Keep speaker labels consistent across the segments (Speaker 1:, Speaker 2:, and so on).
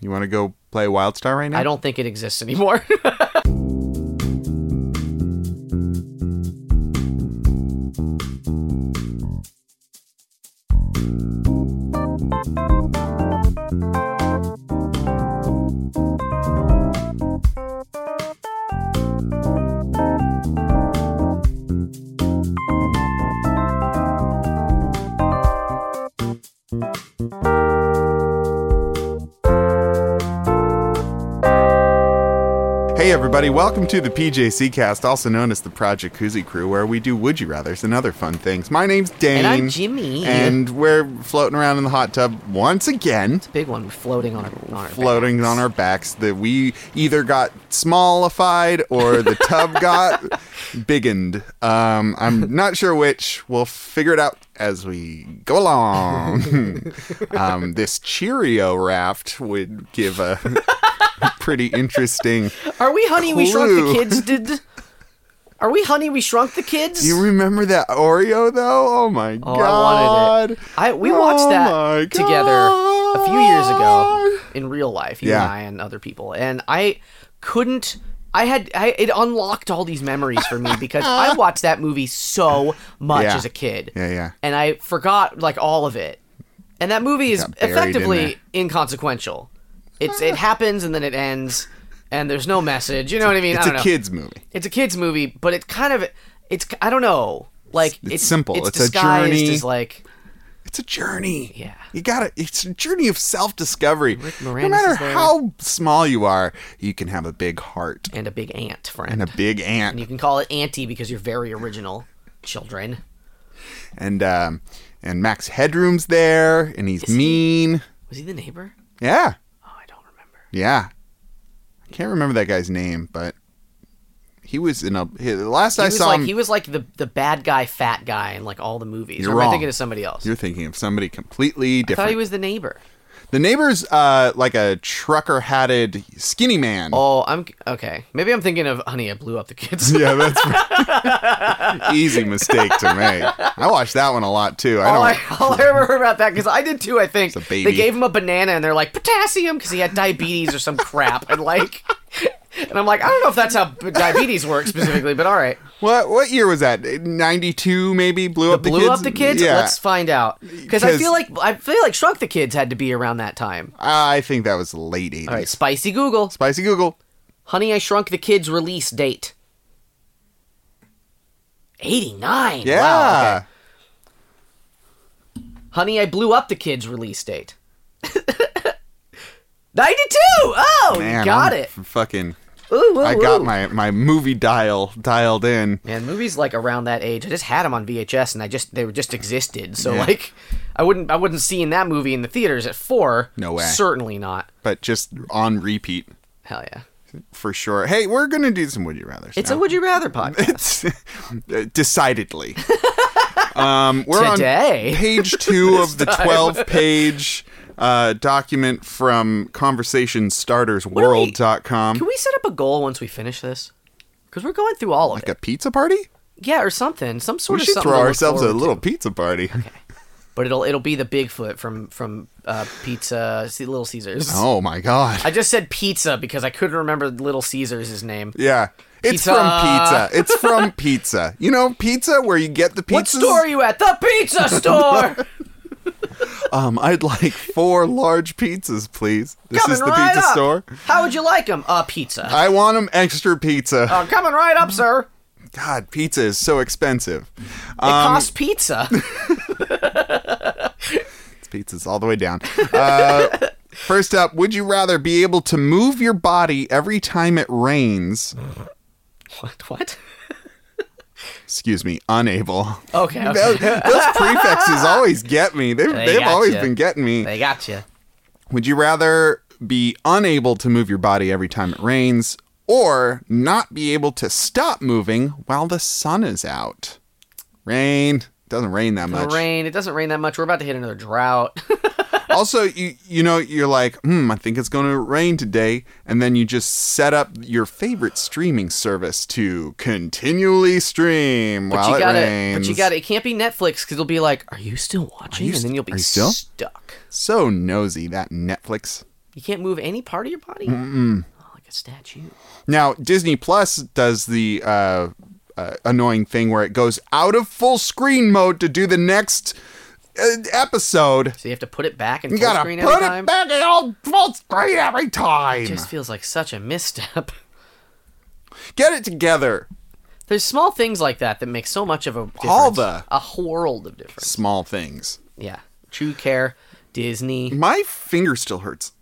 Speaker 1: You want to go play Wildstar right now?
Speaker 2: I don't think it exists anymore.
Speaker 1: Hey, everybody, welcome to the PJC cast, also known as the Project Koozie Crew, where we do Would You Rathers and other fun things. My name's Dane.
Speaker 2: and I'm Jimmy.
Speaker 1: And we're floating around in the hot tub once again,
Speaker 2: big one floating on our, on our
Speaker 1: floating
Speaker 2: backs.
Speaker 1: on our backs. That we either got smallified or the tub got biggened. Um, I'm not sure which. We'll figure it out as we go along. um, this Cheerio raft would give a pretty interesting.
Speaker 2: Are we Honey We Shrunk
Speaker 1: Clue.
Speaker 2: the Kids? Did are we Honey We Shrunk the Kids?
Speaker 1: You remember that Oreo though? Oh my
Speaker 2: oh, I
Speaker 1: god!
Speaker 2: wanted it. I we watched
Speaker 1: Oh my
Speaker 2: that together a few years ago
Speaker 1: God.
Speaker 2: in real life, you
Speaker 1: Yeah.
Speaker 2: and I and other people, and I couldn't. I had I, it unlocked all these memories for me because I watched that movie so much
Speaker 1: Yeah.
Speaker 2: as a kid.
Speaker 1: Yeah, yeah.
Speaker 2: and I forgot like all of it. And that movie is
Speaker 1: got buried in
Speaker 2: effectively inconsequential. It's it happens and then it ends, and there's no message. You know what I mean?
Speaker 1: It's
Speaker 2: I don't
Speaker 1: a
Speaker 2: know.
Speaker 1: kids movie.
Speaker 2: It's a kids movie, but it kind of it's I don't know. Like
Speaker 1: It's simple.
Speaker 2: It's,
Speaker 1: It's a
Speaker 2: disguised
Speaker 1: journey.
Speaker 2: as like
Speaker 1: It's a journey.
Speaker 2: Yeah.
Speaker 1: You gotta. It's a journey of self-discovery.
Speaker 2: Moranis
Speaker 1: no matter
Speaker 2: is there.
Speaker 1: how small you are, you can have a big heart
Speaker 2: and a big ant friend.
Speaker 1: and a big
Speaker 2: And you
Speaker 1: ant.
Speaker 2: can call it Auntie because you're very original, children.
Speaker 1: And um, and Max Headroom's there, and he's mean.
Speaker 2: Was he the neighbor?
Speaker 1: Yeah,
Speaker 2: Oh, I don't remember.
Speaker 1: yeah. I can't remember that guy's name, but he was in a. He, the last
Speaker 2: He
Speaker 1: I
Speaker 2: was
Speaker 1: saw
Speaker 2: like
Speaker 1: him,
Speaker 2: he was like the the bad guy, fat guy in like all the movies.
Speaker 1: You're
Speaker 2: or am I
Speaker 1: wrong.
Speaker 2: thinking of somebody else?
Speaker 1: you're thinking of somebody completely
Speaker 2: I
Speaker 1: different.
Speaker 2: thought he was the neighbor.
Speaker 1: The neighbor's uh, like a trucker hatted skinny man.
Speaker 2: Oh, I'm okay. Maybe I'm thinking of Honey, I blew up the kids.
Speaker 1: Yeah, that's easy mistake to make. I watched that one a lot too. I
Speaker 2: all,
Speaker 1: don't.
Speaker 2: Oh, I, all I remember about that because I did too. I think
Speaker 1: Oh. It's a baby.
Speaker 2: they gave him a banana and they're like potassium because he had diabetes or some crap and like. And I'm like, I don't know if that's how b- diabetes works specifically, but all right.
Speaker 1: What what year was that? Ninety two maybe. Blew up the
Speaker 2: Blew
Speaker 1: kids.
Speaker 2: up the kids.
Speaker 1: Yeah,
Speaker 2: Let's find out because I
Speaker 1: 'Cause-
Speaker 2: feel like I feel like shrunk the kids had to be around that time.
Speaker 1: I think that was late eighties.
Speaker 2: All right, spicy Google,
Speaker 1: Spicy Google.
Speaker 2: Honey, I Shrunk the Kids release date. 89.
Speaker 1: Yeah.
Speaker 2: Wow, okay. Honey, I blew up the kids release date. 92. Oh,
Speaker 1: Man,
Speaker 2: you got
Speaker 1: I'm
Speaker 2: it.
Speaker 1: f- Fucking.
Speaker 2: Ooh, ooh,
Speaker 1: I got
Speaker 2: ooh.
Speaker 1: my my movie dial dialed in.
Speaker 2: Man, movies like around that age, I just had them on VHS and I just they were just existed. So
Speaker 1: Yeah.
Speaker 2: like I wouldn't I wouldn't see in that movie in the theaters at 4.
Speaker 1: No way.
Speaker 2: Certainly not.
Speaker 1: But just on repeat
Speaker 2: Hell yeah.
Speaker 1: for sure. Hey, we're gonna do some Would You Rather's.
Speaker 2: It's
Speaker 1: now.
Speaker 2: a would you rather podcast.
Speaker 1: It's- decidedly. um, we're
Speaker 2: Today.
Speaker 1: on page two of the twelve-page uh, document from conversationstartersworld.com.
Speaker 2: Can we set up a goal once we finish this? Cuz we're going through all of
Speaker 1: like
Speaker 2: it.
Speaker 1: a pizza party?
Speaker 2: Yeah, or something. Some sort
Speaker 1: We
Speaker 2: of
Speaker 1: should
Speaker 2: something
Speaker 1: throw
Speaker 2: to look
Speaker 1: ourselves a
Speaker 2: forward to.
Speaker 1: little pizza party.
Speaker 2: But it'll it'll be the Bigfoot from from uh, Pizza see, Little Caesars.
Speaker 1: Oh my god!
Speaker 2: I just said pizza because I couldn't remember Little Caesars' name.
Speaker 1: yeah. It's
Speaker 2: Pizza.
Speaker 1: from pizza. It's from pizza. You know, pizza where you get the pizza.
Speaker 2: What store are you at? The pizza store.
Speaker 1: Um, I'd like four large pizzas, please. This
Speaker 2: coming
Speaker 1: is the
Speaker 2: right
Speaker 1: pizza
Speaker 2: up.
Speaker 1: store.
Speaker 2: How would you like them? Uh, pizza.
Speaker 1: I want them extra pizza.
Speaker 2: Uh, coming right up, sir.
Speaker 1: God, pizza is so expensive.
Speaker 2: It
Speaker 1: um,
Speaker 2: costs pizza.
Speaker 1: pizzas all the way down. Uh, first up, would you rather be able to move your body every time it rains?
Speaker 2: what? What?
Speaker 1: Excuse me, unable.
Speaker 2: Okay.
Speaker 1: Those,
Speaker 2: okay.
Speaker 1: those prefixes always get me. They've,
Speaker 2: They
Speaker 1: they've
Speaker 2: gotcha.
Speaker 1: always been getting me.
Speaker 2: they got you.
Speaker 1: Would you rather be unable to move your body every time it rains or not be able to stop moving while the sun is out? Rain. Doesn't rain that
Speaker 2: The
Speaker 1: much.
Speaker 2: rain. It doesn't rain that much. We're about to hit another drought.
Speaker 1: also you you know you're like hmm i think it's going to rain today and then you just set up your favorite streaming service to continually stream
Speaker 2: but
Speaker 1: while
Speaker 2: you gotta.
Speaker 1: it rains
Speaker 2: But you gotta. It can't be Netflix because it'll be like, are you still watching?
Speaker 1: you
Speaker 2: and
Speaker 1: st-
Speaker 2: then you'll be
Speaker 1: are you still?
Speaker 2: stuck.
Speaker 1: so nosy that netflix
Speaker 2: You can't move any part of your body? Mm-mm. Oh, like a statue.
Speaker 1: Now, Disney Plus does the uh, uh, annoying thing where it goes out of full screen mode to do the next uh, episode.
Speaker 2: So you have to put it back in
Speaker 1: You
Speaker 2: full
Speaker 1: gotta
Speaker 2: screen every
Speaker 1: put
Speaker 2: time?
Speaker 1: it back in all full screen every time.
Speaker 2: Just feels like such a misstep.
Speaker 1: Get it together.
Speaker 2: There's small things like that that make so much of a difference.
Speaker 1: All the-
Speaker 2: a world of difference.
Speaker 1: Small things.
Speaker 2: Yeah, True Care, Disney.
Speaker 1: My finger still hurts.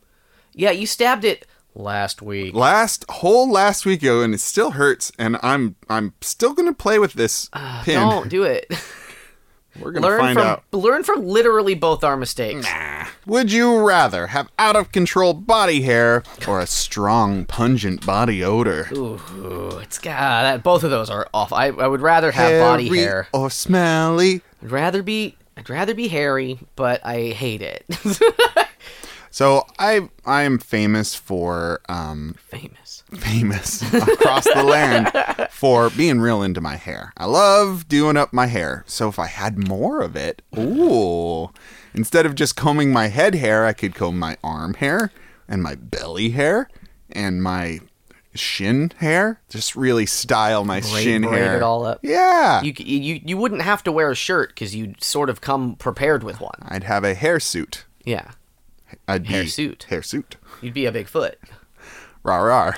Speaker 2: Yeah, you stabbed it last week.
Speaker 1: Last whole last week ago, and it still hurts. And I'm I'm still gonna play with this pin.
Speaker 2: Uh, Don't do it.
Speaker 1: We're gonna
Speaker 2: learn
Speaker 1: find
Speaker 2: from
Speaker 1: out.
Speaker 2: learn from literally both our mistakes.
Speaker 1: Would you rather have out of control body hair or a strong pungent body odor?
Speaker 2: Ooh, it's God, that, both of those are off. I, I would rather have body
Speaker 1: Hairy
Speaker 2: hair.
Speaker 1: or smelly.
Speaker 2: I'd rather be I'd rather be hairy, but I hate it.
Speaker 1: So I I am famous for um
Speaker 2: Famous.
Speaker 1: famous across the land for being real into my hair. I love doing up my hair. So if I had more of it, ooh, instead of just combing my head hair, I could comb my arm hair and my belly hair and my shin hair. Just really style my shin
Speaker 2: braid
Speaker 1: hair.
Speaker 2: it all up.
Speaker 1: Yeah.
Speaker 2: You, c- you you wouldn't have to wear a shirt because you'd sort of come prepared with one.
Speaker 1: I'd have a hairsuit.
Speaker 2: Yeah,
Speaker 1: I'd be
Speaker 2: Hairsuit.
Speaker 1: Hairsuit.
Speaker 2: you'd be a Bigfoot.
Speaker 1: Rah rah.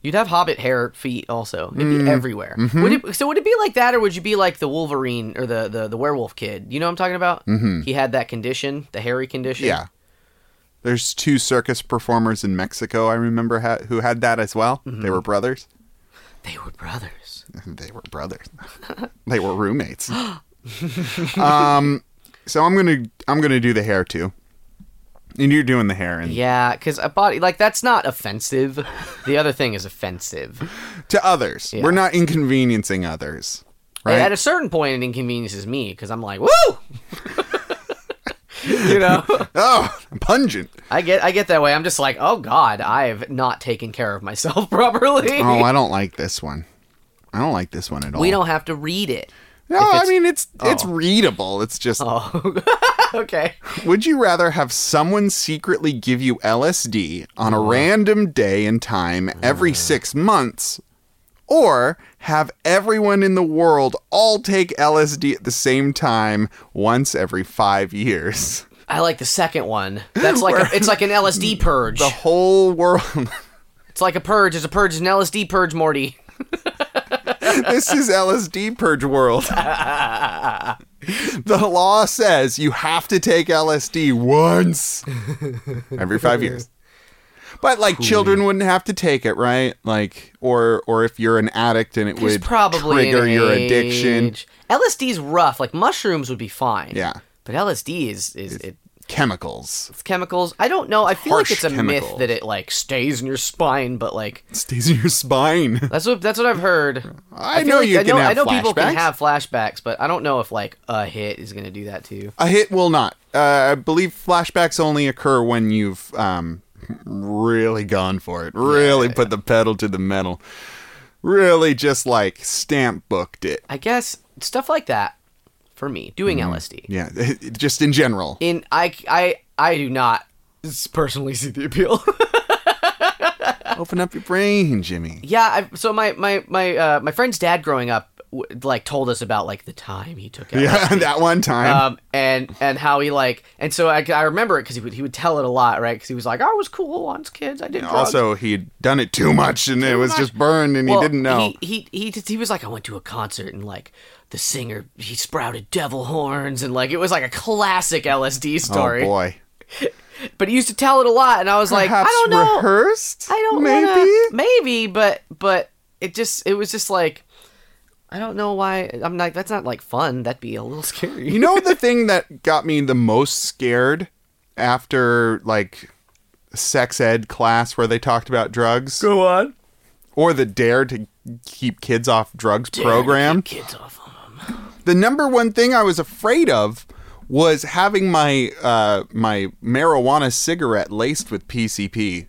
Speaker 2: You'd have hobbit hair feet also. It'd
Speaker 1: Mm.
Speaker 2: be everywhere. Would
Speaker 1: Mm-hmm.
Speaker 2: it, so would it be like that, or would you be like the Wolverine or the the, the werewolf kid? You know what I'm talking about? Mm-hmm. He had that condition, the hairy condition.
Speaker 1: Yeah. There's two circus performers in Mexico I remember ha- who had that as well.
Speaker 2: Mm-hmm.
Speaker 1: They were brothers.
Speaker 2: they were brothers.
Speaker 1: They were brothers. they were roommates. um, so I'm gonna I'm gonna do the hair too, and you're doing the hair. And
Speaker 2: Yeah, because a body like that's not offensive. the other thing is offensive.
Speaker 1: to others, we're not inconveniencing others,
Speaker 2: And
Speaker 1: right?
Speaker 2: At a certain point, it inconveniences me because I'm like, woo. you know,
Speaker 1: oh, pungent.
Speaker 2: I get I get that way. I'm just like, oh god, I've not taken care of myself properly.
Speaker 1: Oh, I don't like this one. I don't like this one at all.
Speaker 2: we don't have to read it.
Speaker 1: No,
Speaker 2: if
Speaker 1: I
Speaker 2: it's-
Speaker 1: mean it's it's readable. It's just.
Speaker 2: Oh, okay.
Speaker 1: Would you rather have someone secretly give you LSD on a random day and time every six months, or have everyone in the world all take LSD at the same time once every five years?
Speaker 2: I like the second one. That's like a, it's like an LSD purge.
Speaker 1: The whole world.
Speaker 2: It's like a purge. It's a purge. It's an LSD purge, Morty.
Speaker 1: this is LSD purge world. the law says you have to take LSD once every 5 years. But like children wouldn't have to take it, right? Like or or if you're an addict and it
Speaker 2: There's
Speaker 1: would
Speaker 2: probably an
Speaker 1: trigger your addiction.
Speaker 2: age. LSD's rough. Like mushrooms would be fine.
Speaker 1: Yeah.
Speaker 2: But LSD is is it,
Speaker 1: Chemicals.
Speaker 2: it's chemicals. I don't know. I feel
Speaker 1: Harsh
Speaker 2: like it's a myth
Speaker 1: chemicals.
Speaker 2: that it like stays in your spine, but like
Speaker 1: stays in your spine.
Speaker 2: that's what that's what I've heard.
Speaker 1: I
Speaker 2: feel
Speaker 1: know
Speaker 2: like-
Speaker 1: you
Speaker 2: I
Speaker 1: can
Speaker 2: know,
Speaker 1: have
Speaker 2: I know people can
Speaker 1: flashbacks.
Speaker 2: have flashbacks, but I don't know if like a hit is gonna do that to you.
Speaker 1: A hit will not. Uh, I believe flashbacks only occur when you've um, really gone for it, really put the pedal to the metal, really just like stamp booked it.
Speaker 2: I guess stuff like that for me
Speaker 1: Mm.
Speaker 2: doing LSD.
Speaker 1: Yeah, just in general.
Speaker 2: in I I I do not s- personally see the appeal.
Speaker 1: Open up your brain, Jimmy.
Speaker 2: yeah, I, so my my my uh, my friend's dad growing up w- like told us about like the time he took out.
Speaker 1: Yeah, that one time.
Speaker 2: Um, and and how he like and so I, I remember it because he would he would tell it a lot right because he was like I was cool once kids I did Uh, drugs.
Speaker 1: also, he'd done it too much and it was just burned and
Speaker 2: Well,
Speaker 1: he didn't know.
Speaker 2: He he he, just- he was like, I went to a concert and like the singer he sprouted devil horns and like it was like a classic LSD
Speaker 1: oh
Speaker 2: story.
Speaker 1: boy.
Speaker 2: But he used to tell it a lot, and I was like,
Speaker 1: Perhaps
Speaker 2: I don't know.
Speaker 1: rehearsed.
Speaker 2: I don't
Speaker 1: maybe.
Speaker 2: Wanna, maybe, but but it just it was just like I don't know why I'm like that's not like fun. That'd be a little scary.
Speaker 1: You know the thing that got me the most scared after like sex ed class where they talked about drugs
Speaker 2: Go on.
Speaker 1: or the dare to keep kids off drugs program.
Speaker 2: kids off on 'em.
Speaker 1: The number one thing I was afraid of was having my uh, my marijuana cigarette laced with PCP.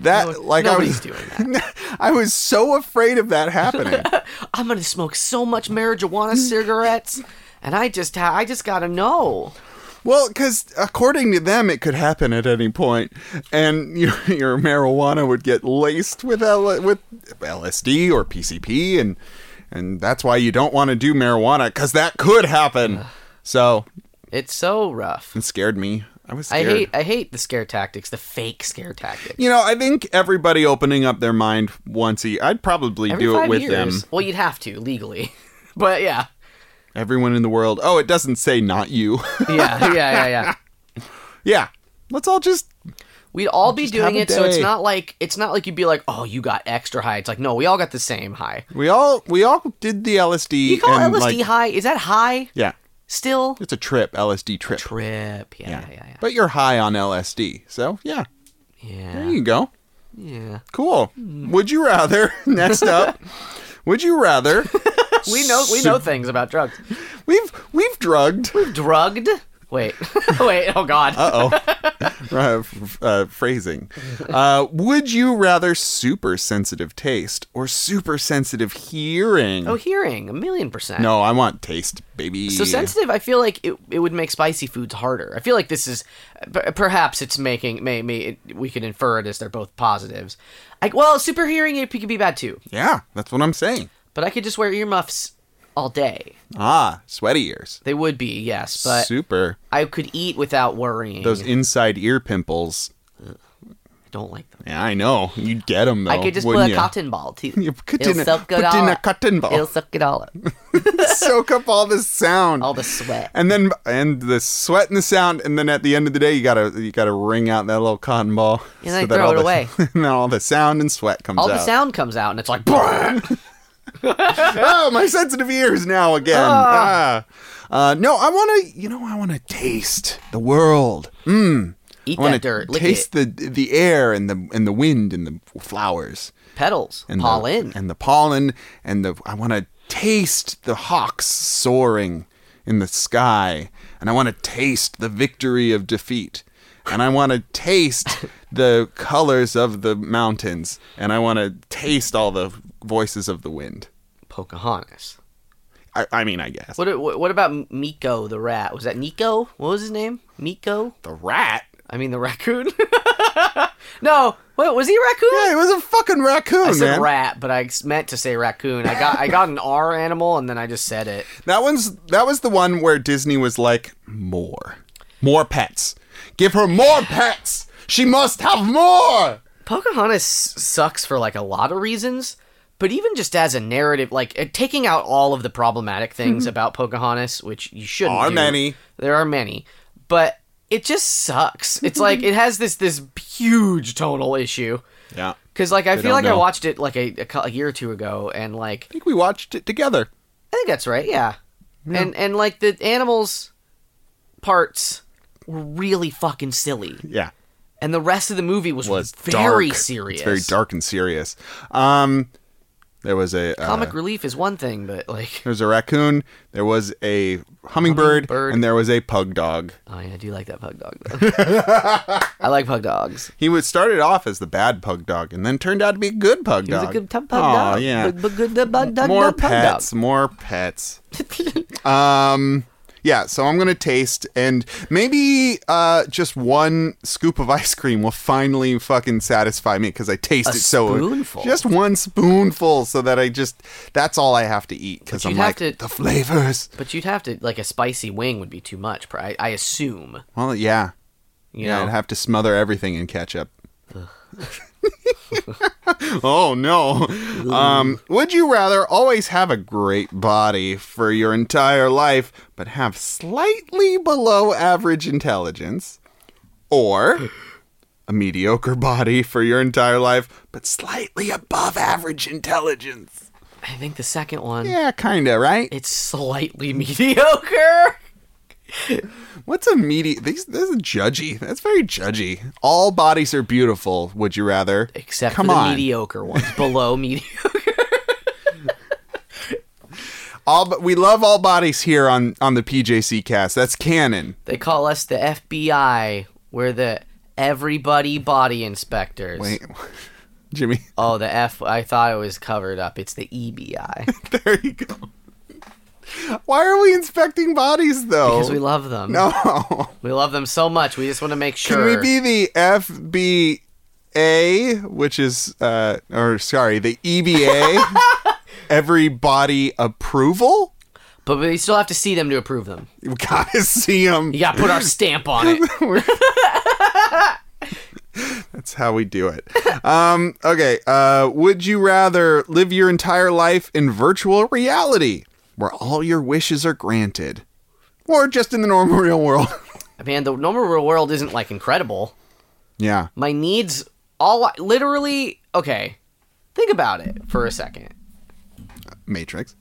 Speaker 1: That like I
Speaker 2: Nobody's
Speaker 1: was
Speaker 2: doing that.
Speaker 1: I was so afraid of that happening.
Speaker 2: I'm gonna smoke so much marijuana cigarettes, and I just ha- I just gotta know.
Speaker 1: Well, because according to them, it could happen at any point, and your, your marijuana would get laced with L- with LSD or PCP, and and that's why you don't want to do marijuana because that could happen. So
Speaker 2: It's so rough.
Speaker 1: it scared me. I was
Speaker 2: I
Speaker 1: scared.
Speaker 2: hate I hate the scare tactics, the fake scare tactics.
Speaker 1: you know, I think everybody opening up their mind once e I'd probably
Speaker 2: Every
Speaker 1: do it
Speaker 2: five
Speaker 1: with
Speaker 2: years.
Speaker 1: them.
Speaker 2: Well, you'd have to legally, but yeah,
Speaker 1: Everyone in the world. Oh, it doesn't say not you.
Speaker 2: yeah, yeah, yeah, yeah.
Speaker 1: yeah. Let's all just
Speaker 2: We'd all be
Speaker 1: have
Speaker 2: doing
Speaker 1: a
Speaker 2: it, so it's
Speaker 1: day.
Speaker 2: not like it's not like you'd be like, oh, you got extra high. It's like no, we all got the same high.
Speaker 1: we all we all did the LSD
Speaker 2: You call
Speaker 1: and
Speaker 2: LSD
Speaker 1: like
Speaker 2: high? Is that high
Speaker 1: yeah.
Speaker 2: still?
Speaker 1: It's a trip, LSD trip.
Speaker 2: Trip. Yeah, yeah, yeah, yeah.
Speaker 1: But you're high on LSD. So, yeah. There
Speaker 2: Yeah. Hmm.
Speaker 1: you go.
Speaker 2: yeah.
Speaker 1: Cool. Would you rather next up? would you rather
Speaker 2: We know we know things about drugs.
Speaker 1: We've we've drugged
Speaker 2: Drugged? Wait, wait. Oh God.
Speaker 1: Uh-oh. uh, f- uh, phrasing. Uh, would you rather super sensitive taste or super sensitive hearing?
Speaker 2: oh, hearing a million percent.
Speaker 1: No, I want taste, baby.
Speaker 2: So sensitive, I feel like it, it would make spicy foods harder. I feel like this is per- perhaps it's making may, may it, we could infer it as they're both positives. Like, well, super hearing it could be bad too,
Speaker 1: Yeah, that's what I'm saying.
Speaker 2: but I could just wear earmuffs all day.
Speaker 1: Ah, sweaty ears.
Speaker 2: They would be yes, but
Speaker 1: super.
Speaker 2: I could eat without worrying.
Speaker 1: Those inside ear pimples.
Speaker 2: I don't like them.
Speaker 1: Yeah, I know. You'd get them though.
Speaker 2: I could just put
Speaker 1: wouldn't
Speaker 2: a
Speaker 1: you?
Speaker 2: cotton ball too.
Speaker 1: You put
Speaker 2: It'll
Speaker 1: in a-
Speaker 2: soak it
Speaker 1: put
Speaker 2: all
Speaker 1: in a
Speaker 2: up.
Speaker 1: cotton ball.
Speaker 2: It'll suck it all up,
Speaker 1: Soak up all the sound.
Speaker 2: all the sweat.
Speaker 1: and then and the sweat and the sound and then at the end of the day you gotta you gotta wring out that little cotton ball
Speaker 2: And then
Speaker 1: that
Speaker 2: throw
Speaker 1: all
Speaker 2: it
Speaker 1: the-
Speaker 2: away.
Speaker 1: and then all the sound and sweat comes
Speaker 2: All
Speaker 1: out
Speaker 2: the sound comes out, and it's like, "Brrr."
Speaker 1: oh my sensitive ears now again
Speaker 2: Oh.
Speaker 1: ah. Uh, no i want to you know i want to taste the world i
Speaker 2: eat
Speaker 1: want
Speaker 2: that dirt,
Speaker 1: to
Speaker 2: lick
Speaker 1: taste
Speaker 2: it,
Speaker 1: the the air and the and the wind and the flowers
Speaker 2: petals,
Speaker 1: and the,
Speaker 2: pollen.
Speaker 1: and the pollen and the I want to taste the hawks soaring in the sky and I want to taste the victory of defeat and I want to taste the colors of the mountains and I want to taste all the voices of the wind.
Speaker 2: Pocahontas.
Speaker 1: I, I mean, I guess
Speaker 2: What, what what about Miko the rat? Was that Nico? What was his name? Miko?
Speaker 1: the rat.
Speaker 2: I mean the raccoon. no, what was he a raccoon?
Speaker 1: Yeah, it was a fucking raccoon,
Speaker 2: I said
Speaker 1: man.
Speaker 2: rat, but I ex- meant to say raccoon. I got I got an R animal and then I just said it.
Speaker 1: That one's that was the one where Disney was like, more, more pets. Give her more pets. She must have more.
Speaker 2: Pocahontas sucks for like a lot of reasons, but even just as a narrative, like uh, taking out all of the problematic things about Pocahontas, which you shouldn't.
Speaker 1: Mm-hmm. Are
Speaker 2: do.
Speaker 1: many.
Speaker 2: There are many, but it just sucks. It's like it has this this huge tonal issue.
Speaker 1: Yeah.
Speaker 2: Because like I feel
Speaker 1: don't
Speaker 2: like I
Speaker 1: know.
Speaker 2: watched it like a, a cou- a year or two ago, and like
Speaker 1: I think we watched it together.
Speaker 2: I think that's right, yeah. And and like the animals parts were really fucking silly,
Speaker 1: Yeah.
Speaker 2: and the rest of the movie was,
Speaker 1: Was
Speaker 2: very
Speaker 1: dark.
Speaker 2: serious.
Speaker 1: It's very dark and serious. Um there was a uh,
Speaker 2: Comic relief is one thing, but like
Speaker 1: there was a raccoon, there was a hummingbird,
Speaker 2: Hummingbird.
Speaker 1: and there was a pug dog.
Speaker 2: oh yeah, I do like that pug dog though. I like pug dogs.
Speaker 1: He was started off as the bad pug dog and then turned out to be a good pug
Speaker 2: It
Speaker 1: dog.
Speaker 2: was a good pug
Speaker 1: Aw,
Speaker 2: dog.
Speaker 1: yeah.
Speaker 2: But- but good pug dog,
Speaker 1: more
Speaker 2: pug dog.
Speaker 1: pets, more pets. Um yeah, so I'm going to taste and maybe uh just one scoop of ice cream will finally fucking satisfy me cuz I taste
Speaker 2: A
Speaker 1: it so
Speaker 2: spoonful.
Speaker 1: just one spoonful so that I just that's all I have to eat cuz
Speaker 2: But
Speaker 1: I'm
Speaker 2: you'd have
Speaker 1: like
Speaker 2: to-
Speaker 1: the flavors.
Speaker 2: But you'd have to like a spicy wing would be too much. pr- I, I assume.
Speaker 1: Well, yeah.
Speaker 2: You
Speaker 1: yeah,
Speaker 2: know?
Speaker 1: I'd have to smother everything in ketchup. oh no. Um, would you rather always have a great body for your entire life but have slightly below average intelligence or a mediocre body for your entire life but slightly above average intelligence?
Speaker 2: I think the second one.
Speaker 1: Yeah, kind of, right?
Speaker 2: It's slightly mediocre.
Speaker 1: What's a medi these this is judgy. That's very judgy. All bodies are beautiful, would you rather?
Speaker 2: Except
Speaker 1: Come
Speaker 2: for the
Speaker 1: on.
Speaker 2: mediocre ones. Below mediocre.
Speaker 1: All but we love all bodies here on on the PJC cast. That's canon.
Speaker 2: They call us the FBI. We're the everybody body inspectors.
Speaker 1: Wait, Jimmy,
Speaker 2: Oh, the F. E I thought it was covered up. It's the EBI.
Speaker 1: there you go. Why are we inspecting bodies though?
Speaker 2: because we love them.
Speaker 1: Oh. no.
Speaker 2: We love them so much. We just want to make
Speaker 1: Can
Speaker 2: sure.
Speaker 1: we be the FBA, which is, uh, or sorry, the EBA, every body approval?
Speaker 2: but we still have to see them to approve them.
Speaker 1: We gotta see them.
Speaker 2: You got to put our stamp on it.
Speaker 1: That's how we do it. Um, okay. Uh, would you rather live your entire life in virtual reality, where all your wishes are granted, or just in the normal real world?
Speaker 2: Man, the normal real world isn't like incredible.
Speaker 1: yeah.
Speaker 2: My needs, all I- literally. Okay, think about it for a second.
Speaker 1: Matrix.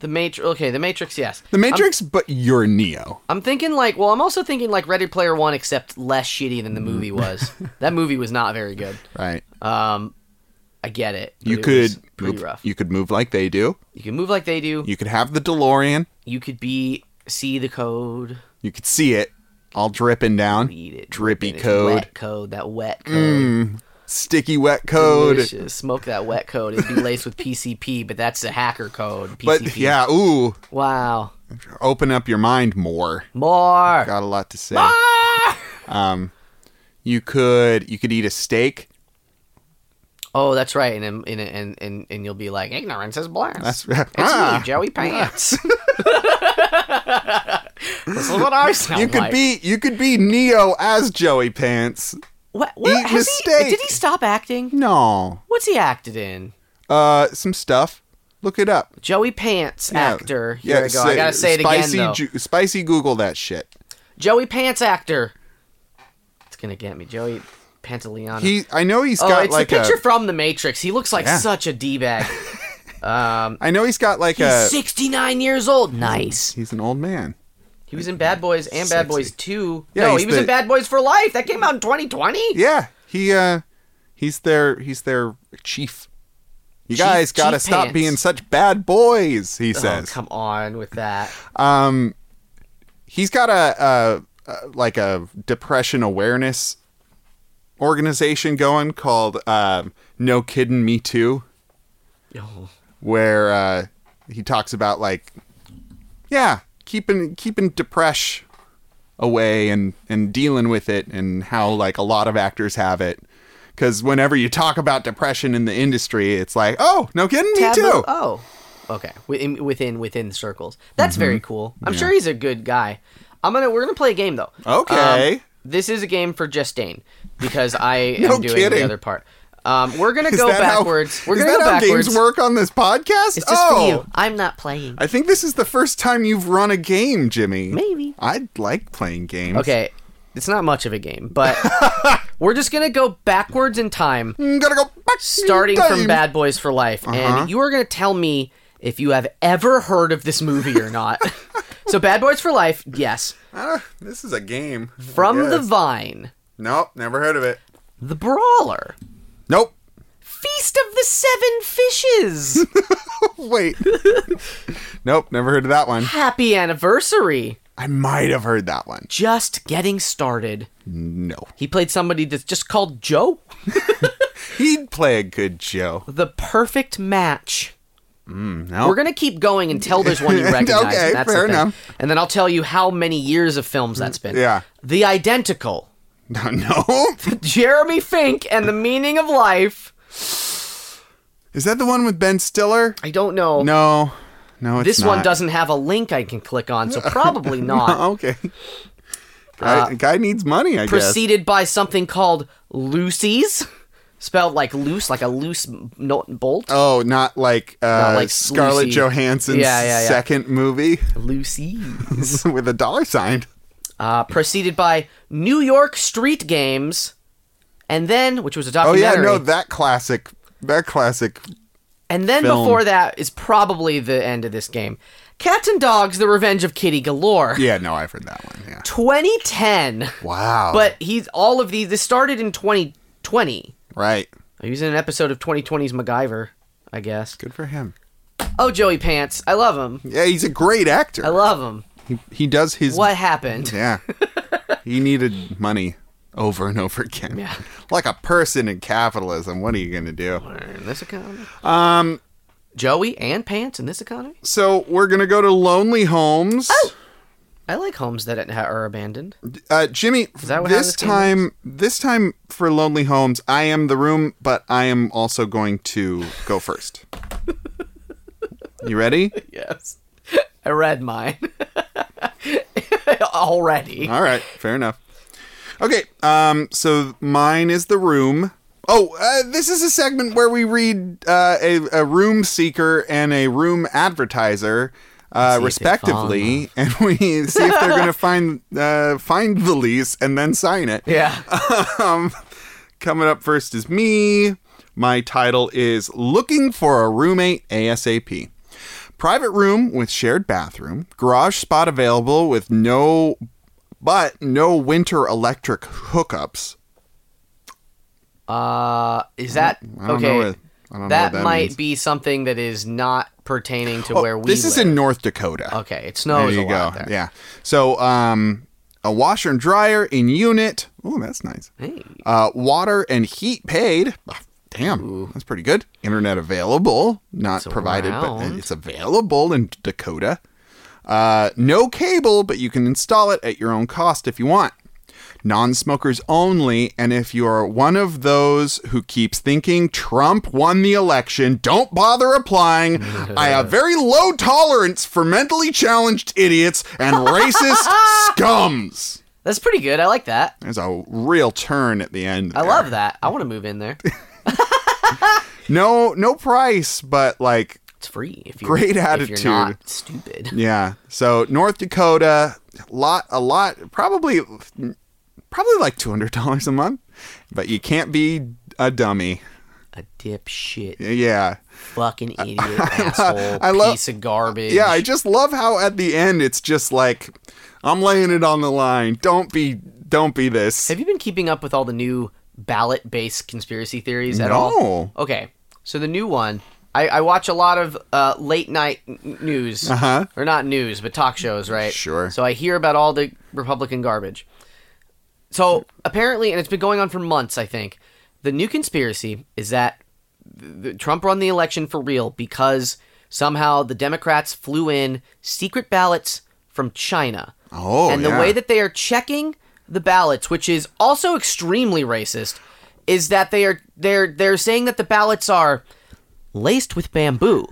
Speaker 2: The Matrix. Okay, the Matrix. Yes,
Speaker 1: The Matrix, but you're Neo.
Speaker 2: I'm thinking like. Well, I'm also thinking like Ready Player One, except less shitty than the
Speaker 1: Mm.
Speaker 2: movie was. that movie was not very good.
Speaker 1: Right.
Speaker 2: Um, I get it. but
Speaker 1: you
Speaker 2: it
Speaker 1: could
Speaker 2: was pretty
Speaker 1: move,
Speaker 2: rough. You-,
Speaker 1: you could move like they do.
Speaker 2: can move like they do. You,
Speaker 1: You could have the DeLorean.
Speaker 2: could be see the code,
Speaker 1: You could see it all dripping down.
Speaker 2: read it.
Speaker 1: Drippy
Speaker 2: and it's
Speaker 1: code.
Speaker 2: wet code, that wet code.
Speaker 1: Sticky wet code.
Speaker 2: Delicious. Smoke that wet code. It'd be laced with PCP, but that's a hacker code. PCP.
Speaker 1: But yeah, ooh,
Speaker 2: Wow.
Speaker 1: open up your mind more.
Speaker 2: More.
Speaker 1: Got a lot to say.
Speaker 2: Ah!
Speaker 1: You could you could eat a steak.
Speaker 2: Oh, that's right. And then- and and and, and you'll be like, ignorance is bliss.
Speaker 1: That's
Speaker 2: it's
Speaker 1: Ah!
Speaker 2: me, Joey Pants. this is what I sound
Speaker 1: You could
Speaker 2: like.
Speaker 1: be you could be Neo as Joey Pants.
Speaker 2: What, what,
Speaker 1: Eat
Speaker 2: has
Speaker 1: mistake.
Speaker 2: He, did he stop acting?
Speaker 1: No.
Speaker 2: What's he acted in?
Speaker 1: Uh some stuff. Look it up.
Speaker 2: Joey Pants
Speaker 1: Yeah.
Speaker 2: actor. Here I go. I gotta say it
Speaker 1: spicy
Speaker 2: again though.
Speaker 1: Ju- spicy Google that shit.
Speaker 2: Joey Pants actor. It's gonna get me. Joey Pantaleano.
Speaker 1: He I know he's
Speaker 2: oh,
Speaker 1: got
Speaker 2: it's
Speaker 1: like
Speaker 2: the picture
Speaker 1: a
Speaker 2: from The Matrix. He looks like
Speaker 1: Yeah.
Speaker 2: such a d bag. um,
Speaker 1: I know he's got like
Speaker 2: he's
Speaker 1: a
Speaker 2: 69 years old. Nice.
Speaker 1: he's an old man.
Speaker 2: He was in Bad Boys and Bad Boys Two.
Speaker 1: Yeah,
Speaker 2: no,
Speaker 1: he's
Speaker 2: he was
Speaker 1: the-
Speaker 2: in Bad Boys for Life. That came out in 2020.
Speaker 1: Yeah, he uh he's their he's their chief. You
Speaker 2: Chief-
Speaker 1: guys got to
Speaker 2: chief
Speaker 1: stop
Speaker 2: pants.
Speaker 1: being such bad boys, he
Speaker 2: Oh,
Speaker 1: says.
Speaker 2: come on with that.
Speaker 1: Um he's got a, a, a like a depression awareness organization going called um No Kidding Me Too
Speaker 2: Oh,
Speaker 1: where uh he talks about like yeah, keeping keeping depression away and and dealing with it and how like a lot of actors have it because whenever you talk about depression in the industry it's like oh no kidding me
Speaker 2: Taboo-
Speaker 1: too
Speaker 2: Oh, okay. Within within, within the circles. That's very
Speaker 1: Mm-hmm.
Speaker 2: cool. I'm sure he's a good guy. I'm gonna we're gonna play a game though.
Speaker 1: Okay.
Speaker 2: Um, this is a game for Justine because I
Speaker 1: No
Speaker 2: am doing
Speaker 1: kidding.
Speaker 2: the other part. Um, we're gonna
Speaker 1: Is
Speaker 2: go
Speaker 1: that how-
Speaker 2: backwards. we're
Speaker 1: is
Speaker 2: gonna
Speaker 1: that
Speaker 2: go
Speaker 1: how
Speaker 2: backwards.
Speaker 1: games work on this podcast
Speaker 2: It's just
Speaker 1: oh
Speaker 2: for you. I'm not playing.
Speaker 1: i think this is the first time you've run a game jimmy
Speaker 2: Maybe.
Speaker 1: i like playing games
Speaker 2: Okay. It's not much of a game, but we're just gonna go backwards in time,
Speaker 1: I'm gonna go back to
Speaker 2: starting from
Speaker 1: games.
Speaker 2: Bad Boys for Life,
Speaker 1: Uh-huh.
Speaker 2: and you are gonna tell me if you have ever heard of this movie or not. so, Bad Boys for Life, yes,
Speaker 1: Ah, this is a game I
Speaker 2: from the
Speaker 1: guess.
Speaker 2: vine,
Speaker 1: nope never heard of it
Speaker 2: the brawler,
Speaker 1: nope
Speaker 2: feast of the seven fishes,
Speaker 1: wait nope never heard of that one
Speaker 2: happy anniversary,
Speaker 1: i might have heard that one
Speaker 2: just getting started.
Speaker 1: no
Speaker 2: He played somebody that's just called Joe.
Speaker 1: he'd play a good joe
Speaker 2: The perfect match.
Speaker 1: no
Speaker 2: We're gonna keep going until there's one you recognize.
Speaker 1: Mm, Okay,
Speaker 2: and that's the
Speaker 1: fair
Speaker 2: thing.
Speaker 1: enough.
Speaker 2: And then I'll tell you how many years of films that's been.
Speaker 1: Yeah.
Speaker 2: The Identical,
Speaker 1: no
Speaker 2: Jeremy Fink, and the Meaning of Life.
Speaker 1: is that the one with ben stiller
Speaker 2: I don't know.
Speaker 1: no no it's
Speaker 2: this one
Speaker 1: not. Oh,
Speaker 2: doesn't have a link I can click on, so probably not.
Speaker 1: okay guy,
Speaker 2: Uh,
Speaker 1: guy needs money i guess
Speaker 2: preceded by something called Lucy's, spelled like loose, like a loose m- no- bolt.
Speaker 1: Oh, not like, uh,
Speaker 2: like
Speaker 1: Scarlett
Speaker 2: Lucy.
Speaker 1: Johansson's
Speaker 2: Yeah, yeah, yeah.
Speaker 1: second movie
Speaker 2: Lucy's.
Speaker 1: with a dollar sign.
Speaker 2: Uh, preceded by New York Street Games, and then, which was a
Speaker 1: Oh yeah, no,
Speaker 2: documentary.
Speaker 1: that classic, that classic.
Speaker 2: and then
Speaker 1: film.
Speaker 2: before that is probably the end of this game. Cats and Dogs: The Revenge of Kitty Galore,
Speaker 1: Yeah, no, I've heard that one. Yeah.
Speaker 2: 2010.
Speaker 1: Wow.
Speaker 2: But he's all of these. This started in 2020.
Speaker 1: right,
Speaker 2: He was in an episode of 2020's MacGyver, I guess.
Speaker 1: good for him.
Speaker 2: Oh, Joey Pants, I love him.
Speaker 1: Yeah, he's a great actor.
Speaker 2: I love him.
Speaker 1: he does his.
Speaker 2: What happened?
Speaker 1: Yeah. he needed money over and over again.
Speaker 2: Yeah.
Speaker 1: Like a person in capitalism. What are you gonna do? Um,
Speaker 2: Learn this economy. Joey and pants in this economy.
Speaker 1: So we're gonna go to lonely homes.
Speaker 2: Oh! I like homes that are abandoned.
Speaker 1: Uh, Jimmy,
Speaker 2: that what- how
Speaker 1: this
Speaker 2: this game
Speaker 1: time, this time for lonely homes, I am the room, but I am also going to go first. you ready?
Speaker 2: Yes. I read mine already.
Speaker 1: All right, fair enough. Okay, um, so mine is the room. Oh, uh, this is a segment where we read uh, a, a room seeker and a room advertiser, uh,
Speaker 2: See if they fall in
Speaker 1: respectively, and we see if they're going to find uh, find the lease and then sign it.
Speaker 2: Yeah.
Speaker 1: Um, coming up first is me. My title is Looking for a Roommate ASAP. Private room with shared bathroom, garage spot available with no, but no winter electric hookups.
Speaker 2: Uh, is that
Speaker 1: I don't
Speaker 2: okay?
Speaker 1: know. What, I don't know what that
Speaker 2: that, might
Speaker 1: means. Oh,
Speaker 2: be something that is not pertaining to where we.
Speaker 1: This is
Speaker 2: live.
Speaker 1: in North Dakota.
Speaker 2: Okay, it
Speaker 1: There
Speaker 2: snows
Speaker 1: you
Speaker 2: a
Speaker 1: go.
Speaker 2: lot there.
Speaker 1: Yeah. So, um, a washer and dryer in unit. Oh, that's nice.
Speaker 2: Hey.
Speaker 1: Uh, water and heat paid. Ah, damn, that's pretty good. Internet available, not provided, but
Speaker 2: around.
Speaker 1: it's available in Dakota. Uh, no cable, but you can install it at your own cost if you want. Non smokers only, and if you are one of those who keeps thinking Trump won the election, don't bother applying. I have very low tolerance for mentally challenged idiots and racist scums.
Speaker 2: That's pretty good. I like that.
Speaker 1: There's a real turn at the end.
Speaker 2: I
Speaker 1: there.
Speaker 2: love that. I want to move in there.
Speaker 1: No, no price, but like,
Speaker 2: It's free. If you
Speaker 1: Great
Speaker 2: If
Speaker 1: attitude.
Speaker 2: you're not stupid.
Speaker 1: yeah. So North Dakota, lot, a lot, probably, probably like two hundred dollars a month, but you can't be a dummy.
Speaker 2: A dipshit,
Speaker 1: Yeah,
Speaker 2: fucking idiot, asshole,
Speaker 1: I love-
Speaker 2: piece of garbage.
Speaker 1: yeah. I just love how at the end it's just like, I'm laying it on the line. Don't be, don't be this.
Speaker 2: Have you been keeping up with all the new ballot based conspiracy theories at
Speaker 1: No.
Speaker 2: all? Okay. So the new one, I, I watch a lot of uh, late night n- news.
Speaker 1: Uh-huh.
Speaker 2: Or not news, but talk shows, right?
Speaker 1: Sure.
Speaker 2: So I hear about all the Republican garbage. So apparently, and it's been going on for months, I think, the new conspiracy is that the, Trump won the election for real because somehow the Democrats flew in secret ballots from China
Speaker 1: Oh,
Speaker 2: and the
Speaker 1: yeah.
Speaker 2: way that they are checking the ballots, which is also extremely racist, is that they are they're they're saying that the ballots are laced with bamboo,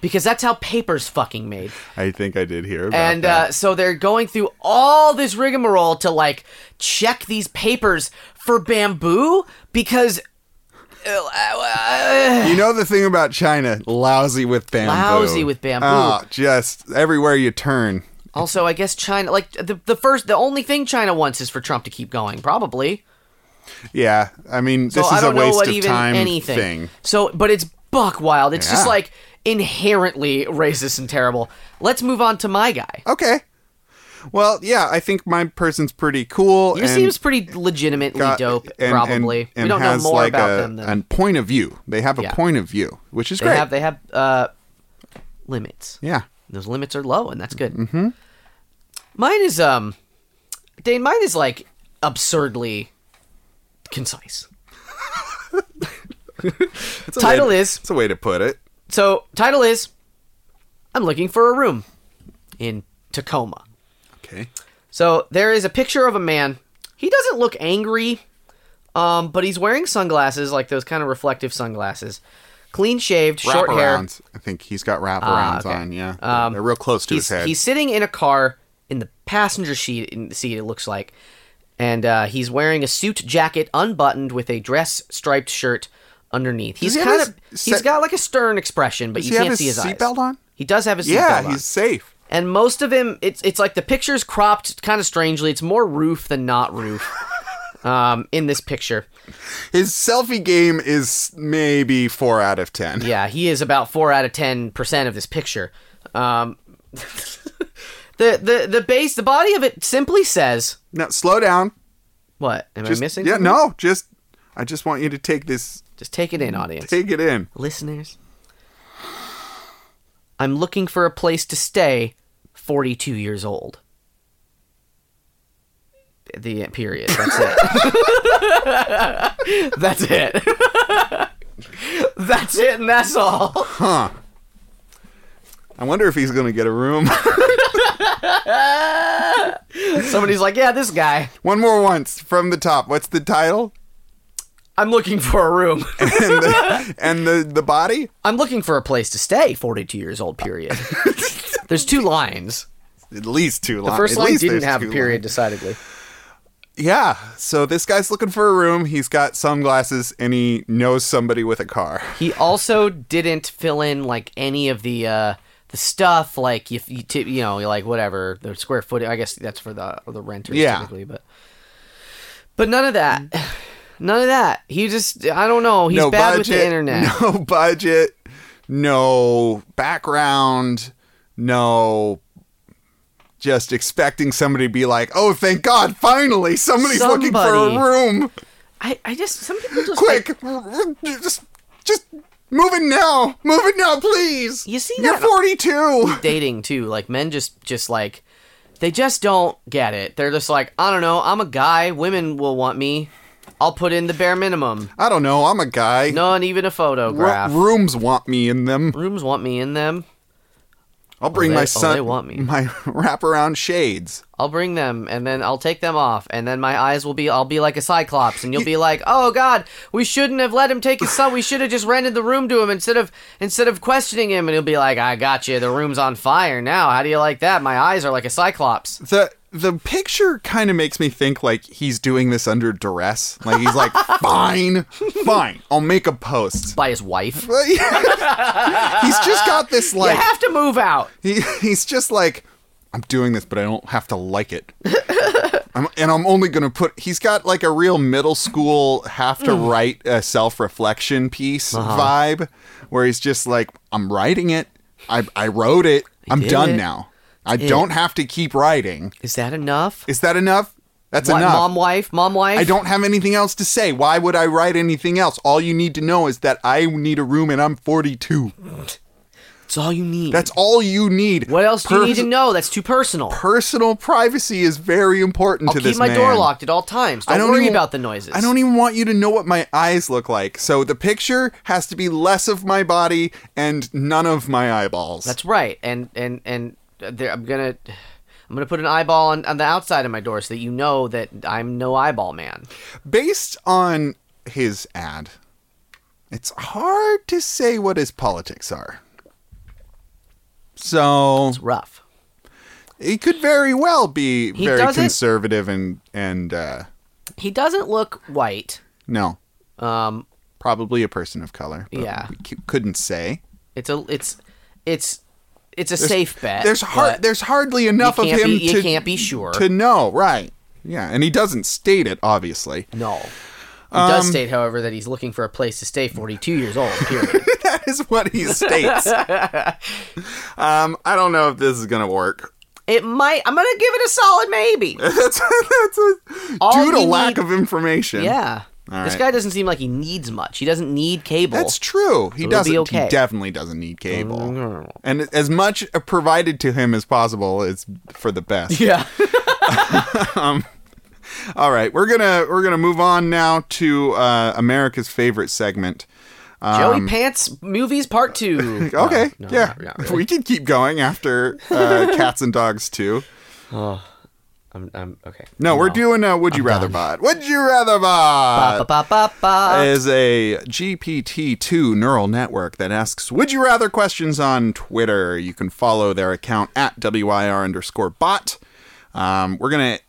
Speaker 2: because that's how paper's fucking made.
Speaker 1: I think I did hear about
Speaker 2: And
Speaker 1: that.
Speaker 2: uh, so they're going through all this rigmarole to like check these papers for bamboo because
Speaker 1: You know the thing about China, lousy with bamboo.
Speaker 2: uh, Lousy with bamboo.
Speaker 1: Ah, just everywhere you turn.
Speaker 2: also I guess China like the the first the only thing China wants is for Trump to keep going probably.
Speaker 1: Yeah, I mean, this
Speaker 2: so
Speaker 1: is
Speaker 2: I don't
Speaker 1: a waste
Speaker 2: know what
Speaker 1: of
Speaker 2: even
Speaker 1: time
Speaker 2: anything.
Speaker 1: thing.
Speaker 2: So, but it's buck wild. It's just
Speaker 1: Yeah.
Speaker 2: like inherently racist and terrible. Let's move on to my guy.
Speaker 1: Okay. Well, yeah, I think my person's pretty cool.
Speaker 2: He
Speaker 1: and
Speaker 2: seems pretty legitimately
Speaker 1: got-
Speaker 2: dope.
Speaker 1: and-
Speaker 2: probably
Speaker 1: and-
Speaker 2: we
Speaker 1: and
Speaker 2: don't know
Speaker 1: has
Speaker 2: more
Speaker 1: like
Speaker 2: about
Speaker 1: a,
Speaker 2: them than
Speaker 1: a point of view. They have a
Speaker 2: Yeah.
Speaker 1: point of view, which is
Speaker 2: they
Speaker 1: great.
Speaker 2: have. They have uh, limits.
Speaker 1: yeah.
Speaker 2: Those limits are low, and that's good. Mm-hmm. Mine is um, Dane. Mine is like absurdly concise.
Speaker 1: It's a
Speaker 2: Title
Speaker 1: way to-
Speaker 2: is-
Speaker 1: It's a way to put it.
Speaker 2: So, title is I'm looking for a room in Tacoma.
Speaker 1: Okay.
Speaker 2: So there is a picture of a man. He doesn't look angry, um, but he's wearing sunglasses, like those kind of reflective sunglasses. Clean shaved, short hair. Ah,
Speaker 1: wraparounds. I think he's got wraparounds
Speaker 2: okay. Um,
Speaker 1: on. Yeah, they're real close to his
Speaker 2: He's,
Speaker 1: head.
Speaker 2: he's sitting in a car in the passenger seat. In the seat, it looks like, and uh, he's wearing a suit jacket unbuttoned with a dress striped shirt underneath. He's
Speaker 1: he have
Speaker 2: kind
Speaker 1: his
Speaker 2: of
Speaker 1: se-
Speaker 2: he's got like a stern expression, but you
Speaker 1: he have
Speaker 2: can't
Speaker 1: his
Speaker 2: see his eyes.
Speaker 1: seatbelt on?
Speaker 2: He does have his
Speaker 1: yeah,
Speaker 2: seatbelt on.
Speaker 1: he's safe.
Speaker 2: and most of him it's it's like the picture's cropped kind of strangely it's more roof than not roof um in this picture
Speaker 1: His selfie game is maybe four out of ten.
Speaker 2: yeah he is about four out of ten percent of this picture um the the the base the body of it simply says
Speaker 1: Now slow down.
Speaker 2: what am
Speaker 1: Just-
Speaker 2: i missing
Speaker 1: Yeah,
Speaker 2: something?
Speaker 1: no, just I just want you to take this,
Speaker 2: just take it in audience
Speaker 1: take it in.
Speaker 2: listeners i'm looking for a place to stay 42 years old the period that's it that's it that's it and that's all
Speaker 1: Huh. I wonder if he's going to get a room.
Speaker 2: Somebody's like, yeah, this guy.
Speaker 1: One more once from the top. What's the title?
Speaker 2: I'm looking for a room.
Speaker 1: And the, and the, the body?
Speaker 2: I'm looking for a place to stay. 42 years old. Period. There's two lines.
Speaker 1: At least two lines.
Speaker 2: The first
Speaker 1: Uh, At
Speaker 2: line
Speaker 1: least
Speaker 2: didn't
Speaker 1: there's
Speaker 2: have a
Speaker 1: two
Speaker 2: period, decidedly.
Speaker 1: lines. Yeah. So this guy's looking for a room. He's got sunglasses and he knows somebody with a car.
Speaker 2: He also didn't fill in like any of the uh, the stuff, like if you t- you know, like whatever the square footage. I guess that's for the the renters
Speaker 1: Yeah.
Speaker 2: typically, but but none of that, none of that. He just I don't know. He's
Speaker 1: no
Speaker 2: bad
Speaker 1: budget.
Speaker 2: with the internet.
Speaker 1: No budget. No background. No. Just expecting somebody to be like, "Oh, thank God! Finally, somebody's looking for
Speaker 2: Somebody.
Speaker 1: a room.
Speaker 2: I I just some people just like,
Speaker 1: Quick, just, just move it now. Move it now, please.
Speaker 2: You see
Speaker 1: You're
Speaker 2: that-
Speaker 1: 42.
Speaker 2: dating too. Like men just just like they just don't get it. They're just like I don't know. I'm a guy. Women will want me. I'll put in the bare minimum.
Speaker 1: I don't know. I'm a guy.
Speaker 2: Not even a
Speaker 1: Ro-
Speaker 2: photograph.
Speaker 1: rooms want me in them.
Speaker 2: Rooms want me in them.
Speaker 1: I'll bring
Speaker 2: they-
Speaker 1: my
Speaker 2: oh,
Speaker 1: son.
Speaker 2: they want me.
Speaker 1: My wraparound shades.
Speaker 2: I'll bring them and then I'll take them off and then my eyes will be I'll be like a cyclops and you'll be like, "Oh god, we shouldn't have let him take his son. We should have just rented the room to him instead of instead of questioning him." And he'll be like, "I got you. The room's on fire now. How do you like that? My eyes are like a cyclops."
Speaker 1: the the picture kind of makes me think like he's doing this under duress. Like he's like, fine, fine, I'll make a post.
Speaker 2: By his wife.
Speaker 1: But yeah, he's just got this
Speaker 2: You
Speaker 1: like
Speaker 2: have to move out.
Speaker 1: he, he's just like I'm doing this, but I don't have to like it. I'm, and I'm only gonna put. He's got like a real middle school have to
Speaker 2: Mm.
Speaker 1: write a self reflection piece
Speaker 2: Uh-huh.
Speaker 1: vibe, where he's just like, I'm writing it. I I wrote it. I'm
Speaker 2: did
Speaker 1: done
Speaker 2: it.
Speaker 1: now. I don't have to keep writing.
Speaker 2: Is that enough?
Speaker 1: Is that enough? That's
Speaker 2: What,
Speaker 1: enough.
Speaker 2: mom wife? Mom wife?
Speaker 1: I don't have anything else to say. Why would I write anything else? All you need to know is that I need a room and I'm 42.
Speaker 2: It's all you need.
Speaker 1: That's all you need.
Speaker 2: what else do you need to
Speaker 1: Pers-
Speaker 2: know? That's too personal.
Speaker 1: Personal privacy is very important to
Speaker 2: Keep
Speaker 1: this
Speaker 2: my door
Speaker 1: man.
Speaker 2: locked at all times. Don't, worry
Speaker 1: even-
Speaker 2: about the noises.
Speaker 1: I don't even want you to know what my eyes look like. So the picture has to be less of my body and none of my eyeballs.
Speaker 2: That's right. And and and there, I'm gonna I'm gonna put an eyeball on, on the outside of my door so that you know that I'm no eyeball man.
Speaker 1: based on his ad. It's hard to say what his politics are. So
Speaker 2: It's rough.
Speaker 1: He could very well be
Speaker 2: He
Speaker 1: very
Speaker 2: doesn't-
Speaker 1: conservative and and uh,
Speaker 2: He doesn't look white.
Speaker 1: no,
Speaker 2: Um,
Speaker 1: probably a person of color. but
Speaker 2: Yeah.
Speaker 1: we c- couldn't say.
Speaker 2: it's a it's it's it's a safe bet.
Speaker 1: There's hard.
Speaker 2: Uh, but
Speaker 1: there's hardly
Speaker 2: you
Speaker 1: enough of
Speaker 2: can't
Speaker 1: him
Speaker 2: be- You
Speaker 1: to
Speaker 2: can't be sure.
Speaker 1: to know, right? Yeah, and he doesn't state it obviously.
Speaker 2: no. He does
Speaker 1: Um,
Speaker 2: state, however, that he's looking for a place to stay. Forty-two years old. Period.
Speaker 1: that is what he states. um, I don't know if this is gonna work.
Speaker 2: it might. I'm gonna give it a solid maybe.
Speaker 1: that's that's a,
Speaker 2: All
Speaker 1: due to
Speaker 2: you
Speaker 1: lack
Speaker 2: need-
Speaker 1: of information.
Speaker 2: Yeah.
Speaker 1: All
Speaker 2: This
Speaker 1: right.
Speaker 2: guy doesn't seem like he needs much. He doesn't need cable.
Speaker 1: That's true. He
Speaker 2: It'll be
Speaker 1: doesn't.
Speaker 2: okay. Mm,
Speaker 1: He definitely doesn't need cable. And as much provided to him as possible is for the best.
Speaker 2: yeah.
Speaker 1: All right, we're gonna we're gonna move on now to uh, America's favorite segment.
Speaker 2: Joey Pants movies part two.
Speaker 1: Um, Okay,
Speaker 2: No, no,
Speaker 1: yeah,
Speaker 2: not- not really.
Speaker 1: we can keep going after uh, Cats and Dogs too.
Speaker 2: I'm, I'm okay.
Speaker 1: No, we're doing a Would You Rather Bot. Would You Rather Bot.
Speaker 2: Ba, ba, ba, ba.
Speaker 1: is a GPT-2 neural network that asks would you rather questions on Twitter. You can follow their account at WIR underscore bot. Um, we're going to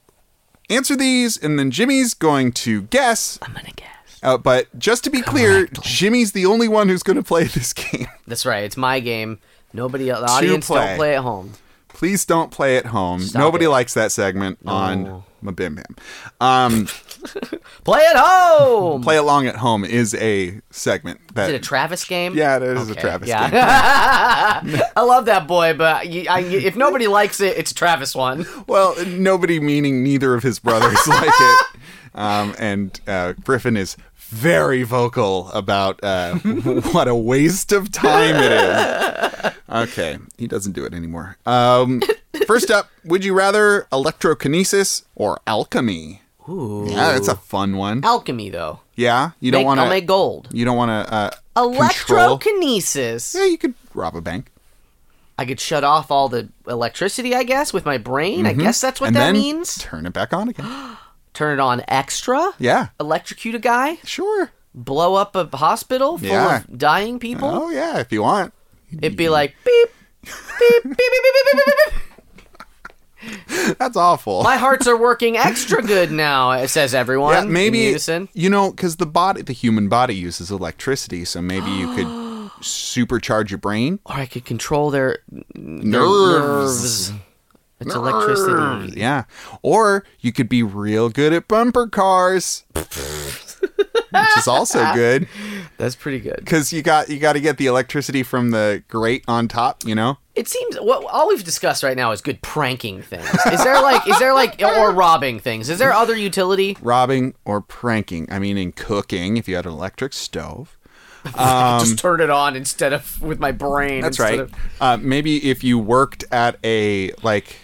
Speaker 1: answer these, and then Jimmy's going to guess.
Speaker 2: I'm gonna guess.
Speaker 1: Uh, but just to be clear, Jimmy's the only one who's going to play this game.
Speaker 2: That's right. It's my game. Nobody, el- the audience
Speaker 1: play.
Speaker 2: don't play at home.
Speaker 1: Please don't play at home. Nobody
Speaker 2: it.
Speaker 1: likes that segment on Mabim Bam. Um,
Speaker 2: Play at home.
Speaker 1: play along at home is a segment that
Speaker 2: Is it a Travis game?
Speaker 1: yeah, it is a
Speaker 2: Okay,
Speaker 1: Travis game.
Speaker 2: yeah. I love that boy, but you, I, you- if nobody likes it, it's a Travis one.
Speaker 1: Well, nobody meaning neither of his brothers like it. Um, and uh, Griffin is very vocal about uh, what a waste of time it is. Okay, he doesn't do it anymore. Um, first up, would you rather electrokinesis or alchemy?
Speaker 2: Ooh.
Speaker 1: Yeah, that's a fun one.
Speaker 2: Alchemy though.
Speaker 1: Yeah, you don't
Speaker 2: Make,
Speaker 1: want
Speaker 2: I'll make
Speaker 1: to.
Speaker 2: gold.
Speaker 1: You don't want to. Uh, control-
Speaker 2: Electrokinesis.
Speaker 1: Yeah, you could rob a bank.
Speaker 2: I could shut off all the electricity, I guess, with my brain. I guess that's what
Speaker 1: Mm-hmm. and then
Speaker 2: that means.
Speaker 1: Turn it back on again.
Speaker 2: Turn it on extra.
Speaker 1: Yeah.
Speaker 2: Electrocute a guy.
Speaker 1: Sure.
Speaker 2: Blow up a hospital full
Speaker 1: Yeah. Uh,
Speaker 2: of dying people.
Speaker 1: Oh yeah, if you want.
Speaker 2: It'd be like beep, beep, beep, beep, beep, beep, beep, beep, beep, beep.
Speaker 1: That's awful.
Speaker 2: My hearts are working extra good now, says everyone.
Speaker 1: yeah,
Speaker 2: In
Speaker 1: maybe
Speaker 2: unison.
Speaker 1: you know because the body, the human body uses electricity, so maybe you could supercharge your brain.
Speaker 2: Or I could control their their
Speaker 1: Nerves.
Speaker 2: nerves. It's electricity.
Speaker 1: Yeah, or you could be real good at bumper cars, which is also good
Speaker 2: That's pretty good.
Speaker 1: because you got you got to get the electricity from the grate on top. You know,
Speaker 2: It seems what all we've discussed right now is good pranking things. Is there like is there like or robbing things? Is there other utility?
Speaker 1: robbing or pranking. I mean, in cooking, if you had an electric stove.
Speaker 2: Just turn it on instead of with my brain.
Speaker 1: Um, That's right.
Speaker 2: instead of-
Speaker 1: Uh, maybe if you worked at a like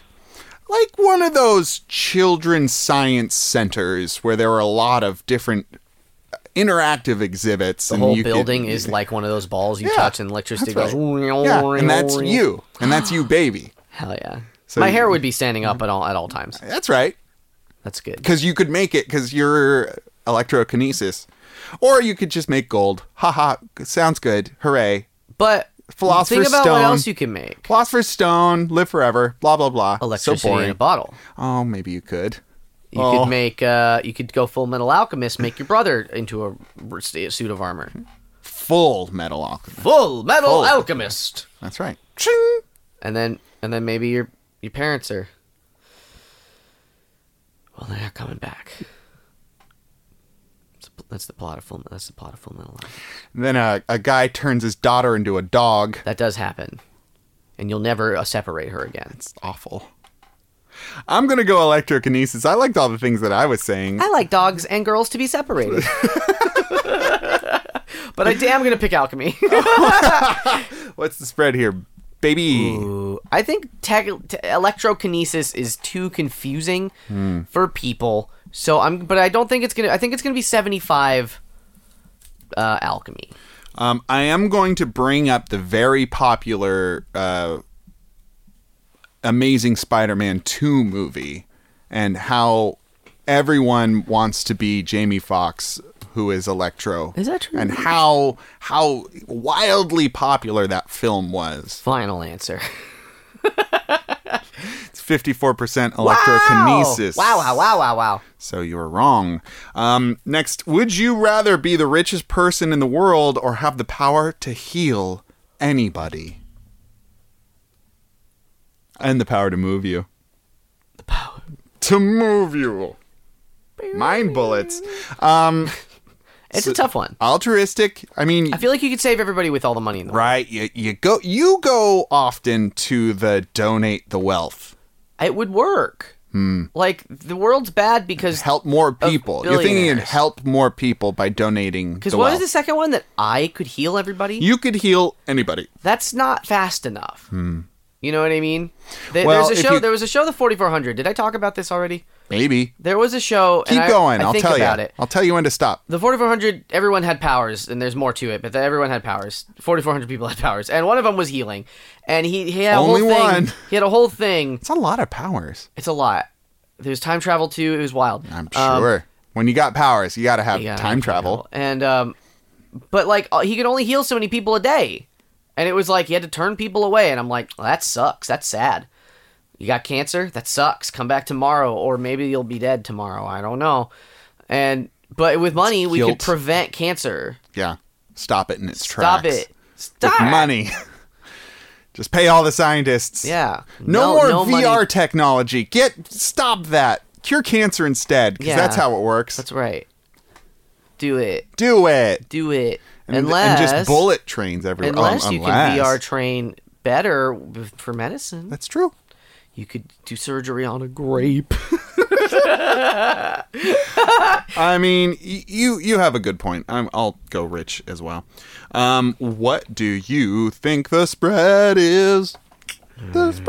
Speaker 1: like one of those children's science centers where there were a lot of different uh, interactive exhibits
Speaker 2: the
Speaker 1: and
Speaker 2: whole
Speaker 1: you could-
Speaker 2: building is like one of those balls you
Speaker 1: Yeah,
Speaker 2: touch and electricity
Speaker 1: that's
Speaker 2: goes.
Speaker 1: yeah, and that's you, and that's you, baby.
Speaker 2: Hell yeah.
Speaker 1: So
Speaker 2: my
Speaker 1: you-
Speaker 2: hair would be standing up at all at all times.
Speaker 1: That's right,
Speaker 2: That's good.
Speaker 1: because you could make it because you're electrokinesis, or you could just make gold. Ha ha! Sounds good. Hooray!
Speaker 2: But
Speaker 1: Philosopher's
Speaker 2: think about what
Speaker 1: Stone.
Speaker 2: else you can make.
Speaker 1: Philosopher's Stone, live forever. Blah blah blah.
Speaker 2: Electricity
Speaker 1: so
Speaker 2: in a
Speaker 1: boring.
Speaker 2: bottle.
Speaker 1: Oh, maybe you could.
Speaker 2: You
Speaker 1: Oh.
Speaker 2: could make. Uh, you could go Full Metal Alchemist. Make your brother into a r- suit of armor.
Speaker 1: Full metal alchemist.
Speaker 2: Full Metal
Speaker 1: Full.
Speaker 2: Alchemist.
Speaker 1: That's right. Ching!
Speaker 2: and then and then maybe your your parents are well they're not coming back That's the- that's the plot of full that's the plot of full metal Alchemist.
Speaker 1: Then a, a guy turns his daughter into a dog.
Speaker 2: that does happen and you'll never uh, separate her again
Speaker 1: It's awful. I'm gonna go electrokinesis. I liked all the things that I was saying.
Speaker 2: i like dogs and girls to be separated but i am gonna pick alchemy
Speaker 1: What's the spread here, baby?
Speaker 2: Ooh, I think tech, te- electrokinesis is too confusing for people. So I'm, but I don't think it's gonna. I think it's gonna be seventy five. Uh, alchemy.
Speaker 1: Um, I am going to bring up the very popular uh, Amazing Spider-Man Two movie and how everyone wants to be Jamie Fox, who is Electro.
Speaker 2: Is that true?
Speaker 1: And how how wildly popular that film was.
Speaker 2: Final answer.
Speaker 1: It's fifty-four percent
Speaker 2: Wow!
Speaker 1: electrokinesis.
Speaker 2: Wow! Wow! Wow! Wow! Wow!
Speaker 1: So you were wrong. Um, next, would you rather be the richest person in the world or have the power to heal anybody? And the power to move you.
Speaker 2: The power.
Speaker 1: To move you. Mind bullets. Um,
Speaker 2: It's a tough one.
Speaker 1: altruistic. I mean,
Speaker 2: I feel like you could save everybody with all the money in the world.
Speaker 1: right? You, you go. You go often to the donate the wealth.
Speaker 2: It would work. Like the world's bad because
Speaker 1: Help more people. You're thinking you'd
Speaker 2: billionaires.
Speaker 1: help more people by donating.
Speaker 2: because
Speaker 1: Because
Speaker 2: what was the second one that I could heal everybody?
Speaker 1: You could heal anybody.
Speaker 2: that's not fast enough. You know what I mean? There,
Speaker 1: Hmm. Well,
Speaker 2: there's a
Speaker 1: if
Speaker 2: show.
Speaker 1: you-
Speaker 2: There was a show, The 4400. Did I talk about this already?
Speaker 1: Maybe.
Speaker 2: There was a show.
Speaker 1: Keep
Speaker 2: and I-
Speaker 1: going.
Speaker 2: I,
Speaker 1: will
Speaker 2: think
Speaker 1: tell
Speaker 2: about
Speaker 1: you.
Speaker 2: it.
Speaker 1: I'll tell you when to stop.
Speaker 2: The 4400. Everyone had powers, and there's more to it, but the, everyone had powers. 4400 people had powers, and one of them was healing. And he, he had a
Speaker 1: Only
Speaker 2: whole thing.
Speaker 1: one.
Speaker 2: He had a whole thing.
Speaker 1: It's a lot of powers.
Speaker 2: It's a lot. There's time travel too. It was wild.
Speaker 1: I'm
Speaker 2: Um,
Speaker 1: sure. when you got powers, you got to have
Speaker 2: yeah,
Speaker 1: time travel.
Speaker 2: And um, but like uh, he could only heal so many people a day, and it was like he had to turn people away. And I'm like, "Well, that sucks. That's sad. You got cancer. That sucks. Come back tomorrow, or maybe you'll be dead tomorrow. I don't know. And but with money, we could
Speaker 1: Guilt.
Speaker 2: prevent cancer.
Speaker 1: Yeah. Stop it in its
Speaker 2: Stop
Speaker 1: tracks.
Speaker 2: it.
Speaker 1: With
Speaker 2: Stop.
Speaker 1: money. Just pay all the scientists.
Speaker 2: Yeah.
Speaker 1: No, more VR
Speaker 2: money.
Speaker 1: technology. Get stop that. Cure cancer instead cuz
Speaker 2: Yeah.
Speaker 1: that's how it works.
Speaker 2: That's right. Do it.
Speaker 1: Do it.
Speaker 2: Do it.
Speaker 1: And,
Speaker 2: unless
Speaker 1: and just bullet trains everywhere. Oh,
Speaker 2: unless you
Speaker 1: unless.
Speaker 2: can VR train better w- for medicine.
Speaker 1: That's true.
Speaker 2: You could do surgery on a grape.
Speaker 1: I mean, y- you you have a good point. I'm, I'll go rich as well. Um, what do you think the spread is? The spread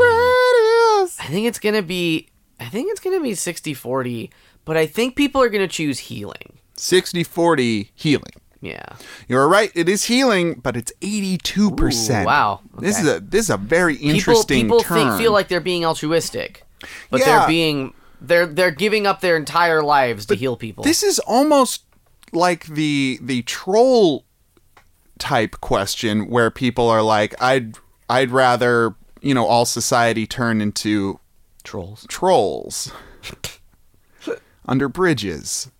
Speaker 1: is
Speaker 2: I think it's gonna be I think it's gonna be 60-40, but I think people are gonna choose healing.
Speaker 1: 60 40 healing.
Speaker 2: Yeah.
Speaker 1: You're right. It is healing, but it's 82 percent.
Speaker 2: Ooh, wow.
Speaker 1: This is a this is a very
Speaker 2: People
Speaker 1: interesting
Speaker 2: people
Speaker 1: turn.
Speaker 2: think, feel like they're being altruistic, but
Speaker 1: Yeah.
Speaker 2: they're being they're they're giving up their entire lives to heal people.
Speaker 1: this is almost like the the troll type question where people are like, I'd I'd rather you know all society turn into
Speaker 2: Trolls.
Speaker 1: trolls under bridges.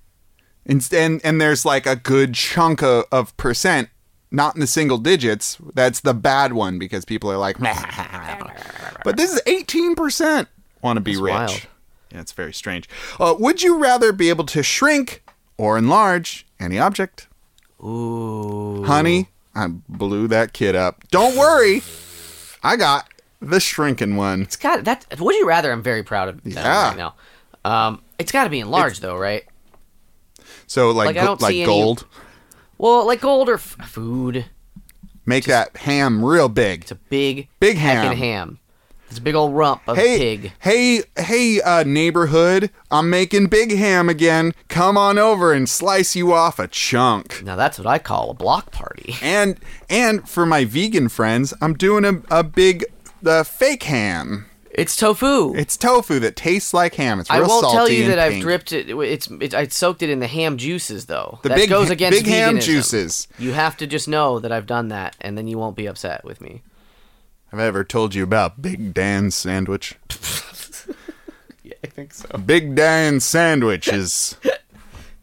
Speaker 1: And, and and there's like a good chunk of, of percent, not in the single digits. That's the bad one because people are like, but this is eighteen percent want to be rich.
Speaker 2: wild.
Speaker 1: Yeah, it's very strange. Uh, would you rather be able to shrink or enlarge any object,
Speaker 2: Ooh.
Speaker 1: honey? I blew that kid up. Don't worry, I got the shrinking one.
Speaker 2: It's got that. Would you rather? I'm very proud of that
Speaker 1: Yeah.
Speaker 2: right now. Um, it's got to be enlarged though, right?
Speaker 1: So like
Speaker 2: Like, I
Speaker 1: go-
Speaker 2: don't
Speaker 1: like
Speaker 2: see any-
Speaker 1: gold.
Speaker 2: Well, like gold or f- food.
Speaker 1: Make that ham real big.
Speaker 2: It's a big,
Speaker 1: Big
Speaker 2: heckin'
Speaker 1: ham.
Speaker 2: ham. It's a big old rump of
Speaker 1: Hey,
Speaker 2: pig.
Speaker 1: hey, hey, uh, neighborhood! I'm making big ham again. Come on over and slice you off a chunk.
Speaker 2: Now that's what I call a block party.
Speaker 1: And and for my vegan friends, I'm doing a a big uh, fake ham.
Speaker 2: It's tofu.
Speaker 1: It's tofu that tastes like ham. It's
Speaker 2: I
Speaker 1: real
Speaker 2: won't
Speaker 1: salty
Speaker 2: tell you
Speaker 1: and
Speaker 2: that I've
Speaker 1: pink.
Speaker 2: dripped it. It's, it's I soaked it in the ham juices though.
Speaker 1: The
Speaker 2: that
Speaker 1: big
Speaker 2: goes
Speaker 1: ha-
Speaker 2: against
Speaker 1: big ham
Speaker 2: veganism.
Speaker 1: juices.
Speaker 2: You have to just know that I've done that, and then you won't be upset with me.
Speaker 1: Have I ever told you about Big Dan's sandwich?
Speaker 2: Yeah, I think so.
Speaker 1: Big Dan sandwich is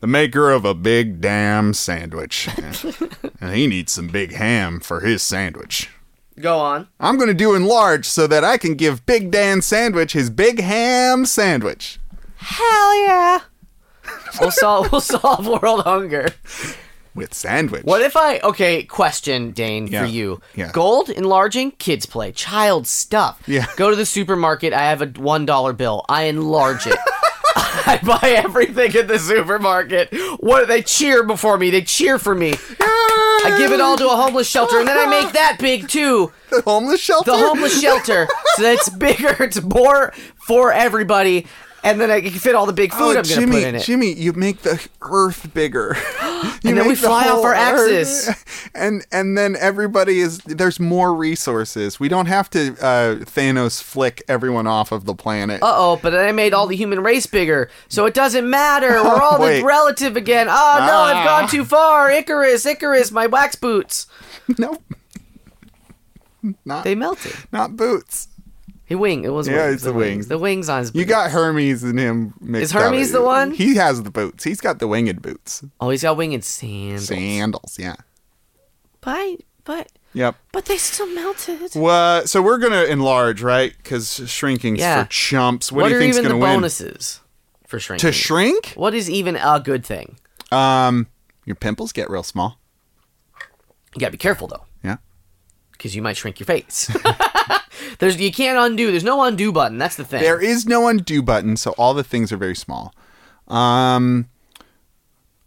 Speaker 1: the maker of a big damn sandwich, and he needs some big ham for his sandwich.
Speaker 2: Go on.
Speaker 1: I'm going to do enlarge so that I can give Big Dan Sandwich his big ham sandwich.
Speaker 2: Hell yeah. we'll solve we'll solve world hunger.
Speaker 1: With sandwich.
Speaker 2: What if I okay, question, Dane,
Speaker 1: Yeah.
Speaker 2: for you.
Speaker 1: Yeah.
Speaker 2: Gold, enlarging, kids play, child stuff.
Speaker 1: Yeah.
Speaker 2: Go to the supermarket, I have a one dollar bill. I enlarge it. I buy everything at the supermarket. What they cheer before me, they cheer for me. I give it all to a homeless shelter and then I make that big too.
Speaker 1: The homeless shelter?
Speaker 2: The homeless shelter. so that's bigger, it's more for everybody. And then I can fit all the big
Speaker 1: Oh,
Speaker 2: food I'm
Speaker 1: Jimmy,
Speaker 2: gonna put in it.
Speaker 1: Jimmy, you make the earth bigger. you
Speaker 2: then
Speaker 1: make
Speaker 2: we
Speaker 1: the
Speaker 2: fly off
Speaker 1: whole
Speaker 2: our
Speaker 1: Earth.
Speaker 2: axis.
Speaker 1: And and then everybody is there's more resources. We don't have to uh, Thanos flick everyone off of the planet.
Speaker 2: uh oh, but I made all the human race bigger, so it doesn't matter. We're all
Speaker 1: Wait.
Speaker 2: the relative again. Oh no,
Speaker 1: Ah.
Speaker 2: I've gone too far. Icarus, Icarus, my wax boots.
Speaker 1: nope. Not
Speaker 2: They melted.
Speaker 1: not boots.
Speaker 2: He wing. It was
Speaker 1: Yeah,
Speaker 2: wings.
Speaker 1: it's the wings.
Speaker 2: The wings on his.
Speaker 1: You
Speaker 2: boots.
Speaker 1: got Hermes and him mixed up.
Speaker 2: Hermes the one?
Speaker 1: He has the boots. He's got the winged boots.
Speaker 2: Oh, he's got winged sandals.
Speaker 1: Sandals, yeah.
Speaker 2: But I- but
Speaker 1: Yep.
Speaker 2: but they still melted.
Speaker 1: Well, so we're gonna enlarge, right? Because shrinking's
Speaker 2: Yeah.
Speaker 1: for chumps. What,
Speaker 2: what
Speaker 1: do you
Speaker 2: are
Speaker 1: think's
Speaker 2: even the
Speaker 1: gonna win?
Speaker 2: bonuses for shrinking?
Speaker 1: To shrink,
Speaker 2: what is even a good thing?
Speaker 1: um, your pimples get real small.
Speaker 2: You gotta be careful though,
Speaker 1: Yeah.
Speaker 2: because you might shrink your face. There's you can't undo. There's no undo button. That's the thing.
Speaker 1: There is no undo button, so all the things are very small. Um,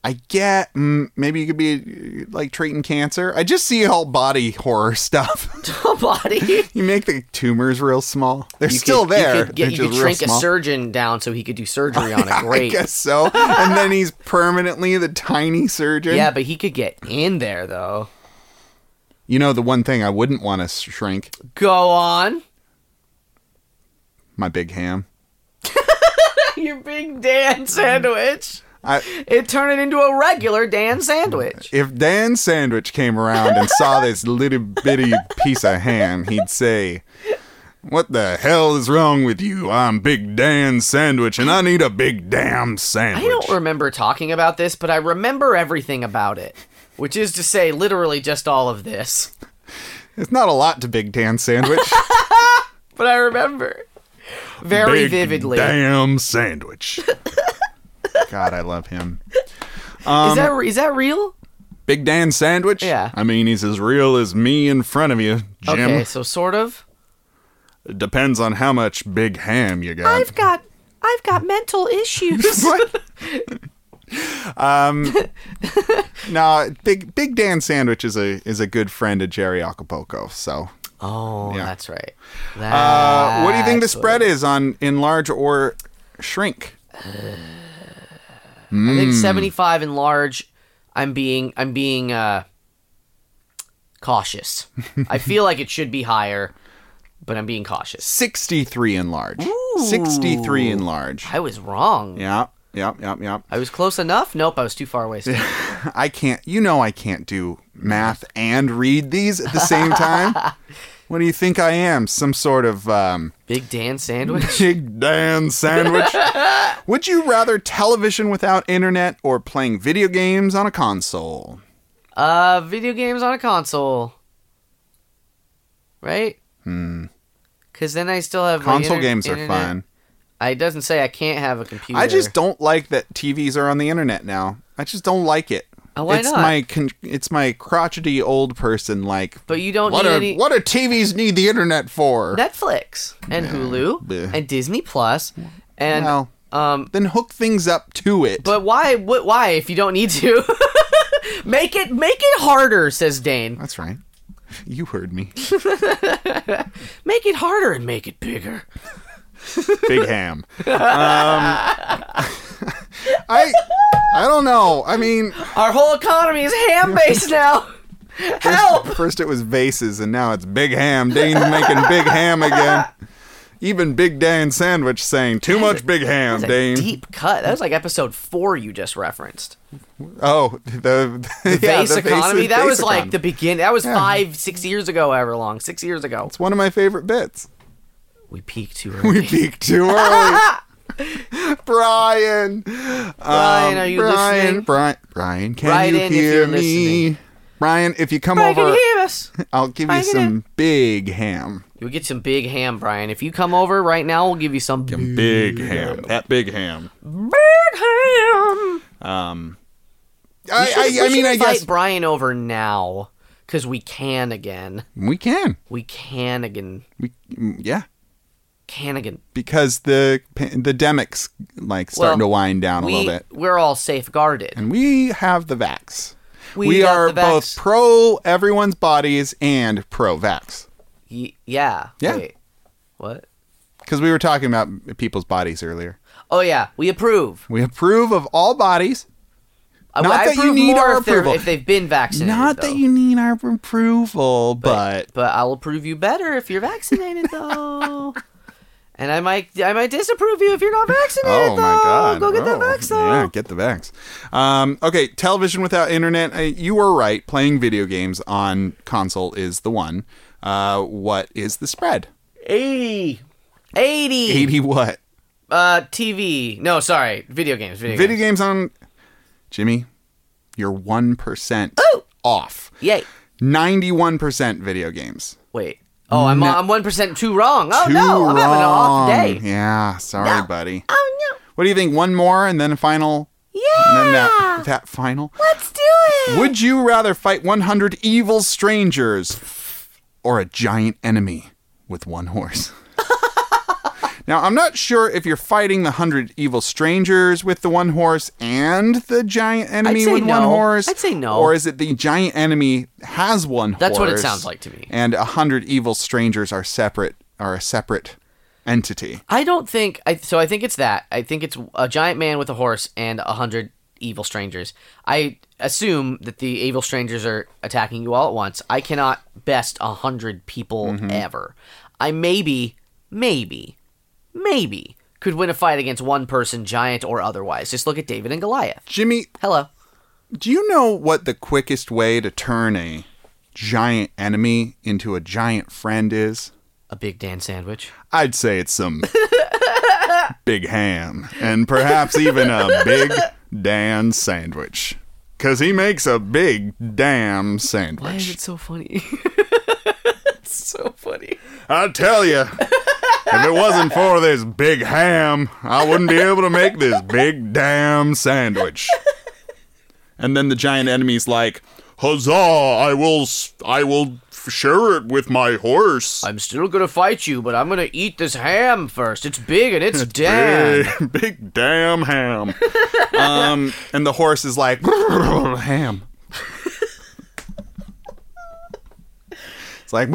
Speaker 1: I get mm, maybe you could be uh, like treating cancer. I just see all body horror stuff.
Speaker 2: Nobody.
Speaker 1: you make the tumors real small. They're
Speaker 2: You
Speaker 1: still
Speaker 2: could-
Speaker 1: there.
Speaker 2: You could, get,
Speaker 1: They're
Speaker 2: you
Speaker 1: just
Speaker 2: could
Speaker 1: real
Speaker 2: shrink a
Speaker 1: small.
Speaker 2: surgeon down so he could do surgery on a
Speaker 1: I
Speaker 2: grate.
Speaker 1: guess so. and then he's permanently the tiny surgeon.
Speaker 2: yeah, but he could get in there though.
Speaker 1: You know the one thing I wouldn't want to shrink
Speaker 2: Go on.
Speaker 1: my big ham.
Speaker 2: Your big
Speaker 1: Mm-hmm.
Speaker 2: Dan sandwich.
Speaker 1: I,
Speaker 2: It turned it into a regular Dan sandwich.
Speaker 1: if Dan Sandwich came around and saw this little bitty piece of ham, he'd say, "What the hell is wrong with you? I'm Big Dan Sandwich, and I need a big damn
Speaker 2: I
Speaker 1: sandwich."
Speaker 2: don't remember talking about this, but I remember everything about it. Which is to say, literally just all of this.
Speaker 1: it's not a lot to Big Dan Sandwich.
Speaker 2: But I remember very
Speaker 1: big
Speaker 2: vividly.
Speaker 1: Damn Sandwich. God, I love him.
Speaker 2: is that is that real?
Speaker 1: Big Dan Sandwich.
Speaker 2: Yeah.
Speaker 1: I mean, he's as real as me in front of you, Jim.
Speaker 2: Okay, so sort of.
Speaker 1: It depends on how much big ham you got.
Speaker 2: got I've got mental issues.
Speaker 1: What? um, no, big Big Dan Sandwich is a is a good friend of Jerry Acapulco. So,
Speaker 2: Oh,
Speaker 1: Yeah.
Speaker 2: that's right.
Speaker 1: uh, what do you think the
Speaker 2: That's
Speaker 1: spread is on enlarge or shrink? hmm.
Speaker 2: I think 75 in large. I'm being I'm being uh, cautious. I feel like it should be higher, but I'm being cautious.
Speaker 1: 63 in large. 63 in large.
Speaker 2: I was wrong.
Speaker 1: Yeah, yeah, yeah, yeah.
Speaker 2: I was close enough. Nope, I was too far away. still.
Speaker 1: I can't, you know, I can't do math and read these at the same time. what do you think I am? Some sort of um,
Speaker 2: Big Dan sandwich.
Speaker 1: Big Dan sandwich? Would you rather television without internet or playing video games on a console?
Speaker 2: Uh, video games on a console. Right? Hmm. Because then I still have my
Speaker 1: Console
Speaker 2: inter-
Speaker 1: games are
Speaker 2: internet.
Speaker 1: fine.
Speaker 2: I it doesn't say I can't have a computer.
Speaker 1: I just don't like that TVs are on the internet now. I just don't like it.
Speaker 2: Oh, why
Speaker 1: it's
Speaker 2: not?
Speaker 1: my con- it's my crotchety old person like.
Speaker 2: But you don't
Speaker 1: what
Speaker 2: need
Speaker 1: are
Speaker 2: any
Speaker 1: what do TVs need the internet for?
Speaker 2: Netflix and Hulu
Speaker 1: bleh.
Speaker 2: and Disney Plus and
Speaker 1: Well.
Speaker 2: um.
Speaker 1: then hook things up to it.
Speaker 2: But why? What? Why? If you don't need to, make it make it harder. Says Dane.
Speaker 1: That's right. You heard me.
Speaker 2: Make it harder and make it bigger.
Speaker 1: Big ham. Um, I I don't know. I mean,
Speaker 2: Our whole economy is ham based now. Help!
Speaker 1: first it was vases, and now it's big ham. Dane's making big ham again. Even Big Dan Sandwich saying too much big ham,
Speaker 2: That's a
Speaker 1: Dane.
Speaker 2: deep cut. That was like episode four you just referenced.
Speaker 1: Oh, the, the, yeah,
Speaker 2: Base
Speaker 1: the
Speaker 2: economy.
Speaker 1: base-
Speaker 2: that
Speaker 1: base
Speaker 2: was like
Speaker 1: economy.
Speaker 2: the begin. That was five, six years ago, however long. Six years ago.
Speaker 1: It's one of my favorite bits.
Speaker 2: We peaked too
Speaker 1: We
Speaker 2: early.
Speaker 1: peaked too early. Brian. Um,
Speaker 2: Brian, are you
Speaker 1: Brian,
Speaker 2: listening?
Speaker 1: Brian, Brian, can
Speaker 2: Write
Speaker 1: you
Speaker 2: in if
Speaker 1: hear
Speaker 2: you're
Speaker 1: me?
Speaker 2: listening.
Speaker 1: Brian, if you come
Speaker 2: Brian, can
Speaker 1: over,
Speaker 2: you hear us?
Speaker 1: I'll give
Speaker 2: Brian,
Speaker 1: you
Speaker 2: can you-
Speaker 1: some big ham.
Speaker 2: You'll get some big ham, Brian. If you come over right now, we'll give you some big
Speaker 1: Big ham. That big ham. Um,
Speaker 2: ham.
Speaker 1: I, I, I mean, I
Speaker 2: invite
Speaker 1: guess
Speaker 2: Brian over now because we can again.
Speaker 1: we can.
Speaker 2: We can again.
Speaker 1: We mm, yeah,
Speaker 2: Can again.
Speaker 1: because the pa- the demics like starting to
Speaker 2: Well,
Speaker 1: wind down a
Speaker 2: We,
Speaker 1: little bit,
Speaker 2: we're all safeguarded.
Speaker 1: and we have the vax.
Speaker 2: We got
Speaker 1: are
Speaker 2: the
Speaker 1: both
Speaker 2: vax.
Speaker 1: pro everyone's bodies and pro vax.
Speaker 2: Y- yeah.
Speaker 1: Yeah.
Speaker 2: Wait. What?
Speaker 1: Because we were talking about people's bodies earlier.
Speaker 2: Oh yeah, we approve.
Speaker 1: We approve of all bodies.
Speaker 2: I-
Speaker 1: Not
Speaker 2: I
Speaker 1: that you
Speaker 2: approve
Speaker 1: need
Speaker 2: more
Speaker 1: our
Speaker 2: if they're-
Speaker 1: approval.
Speaker 2: if they've been vaccinated.
Speaker 1: Not
Speaker 2: though.
Speaker 1: that you need our approval, but,
Speaker 2: but I'll approve you better if you're vaccinated though. And I might I might disapprove you if you're not vaccinated
Speaker 1: oh
Speaker 2: though.
Speaker 1: my god,
Speaker 2: Go get that
Speaker 1: Oh,
Speaker 2: vax though.
Speaker 1: Yeah, get the vax. Um, okay, television without internet. Uh, you were right. Playing video games on console is the one. Uh, what is the spread?
Speaker 2: 80. 80.
Speaker 1: Eighty what?
Speaker 2: Uh TV. No, sorry. Video games. Video,
Speaker 1: Video
Speaker 2: games.
Speaker 1: games on Jimmy, you're one percent
Speaker 2: Oh!
Speaker 1: off.
Speaker 2: Yay.
Speaker 1: Ninety-one percent video games.
Speaker 2: Wait. Oh, I'm I'm 1% too wrong. Oh no. I'm having an
Speaker 1: wrong.
Speaker 2: off day.
Speaker 1: Yeah, sorry,
Speaker 2: No.
Speaker 1: buddy.
Speaker 2: Oh
Speaker 1: What do you think? One more and then a final.
Speaker 2: no.
Speaker 1: And
Speaker 2: Yeah.
Speaker 1: then that, that final.
Speaker 2: Let's do it.
Speaker 1: Would you rather fight 100 evil strangers or a giant enemy with one horse? now, I'm not sure if you're fighting the 100 evil strangers with the one horse and the giant enemy
Speaker 2: say
Speaker 1: with one
Speaker 2: no.
Speaker 1: horse.
Speaker 2: I'd say no.
Speaker 1: Or is it the giant enemy has one horse?
Speaker 2: That's what it sounds like to me.
Speaker 1: And 100 evil strangers are separate, are a separate entity.
Speaker 2: I don't think I. So I think it's that. I think it's a giant man with a horse and a hundred evil strangers. I assume that the evil strangers are attacking you all at once. I cannot best a hundred people ever. I maybe, maybe, maybe could win a fight against one person, giant or otherwise. Just look at David and Goliath.
Speaker 1: Jimmy,
Speaker 2: Hello.
Speaker 1: Do you know what the quickest way to turn a giant enemy into a giant friend is?
Speaker 2: A big Dan sandwich.
Speaker 1: I'd say it's some big ham and perhaps even a big Dan sandwich. Because he makes a big damn
Speaker 2: Why is
Speaker 1: sandwich.
Speaker 2: it so funny? it's so funny.
Speaker 1: I tell you, if it wasn't for this big ham, I wouldn't be able to make this big damn sandwich. And then the giant enemy's like, "Huzzah! I will, s- I will f- share it with my horse."
Speaker 2: I'm still gonna fight you, but I'm gonna eat this ham first. It's big and it's Dan.
Speaker 1: Big, big damn ham. um, and the horse is like, "Ham." It's like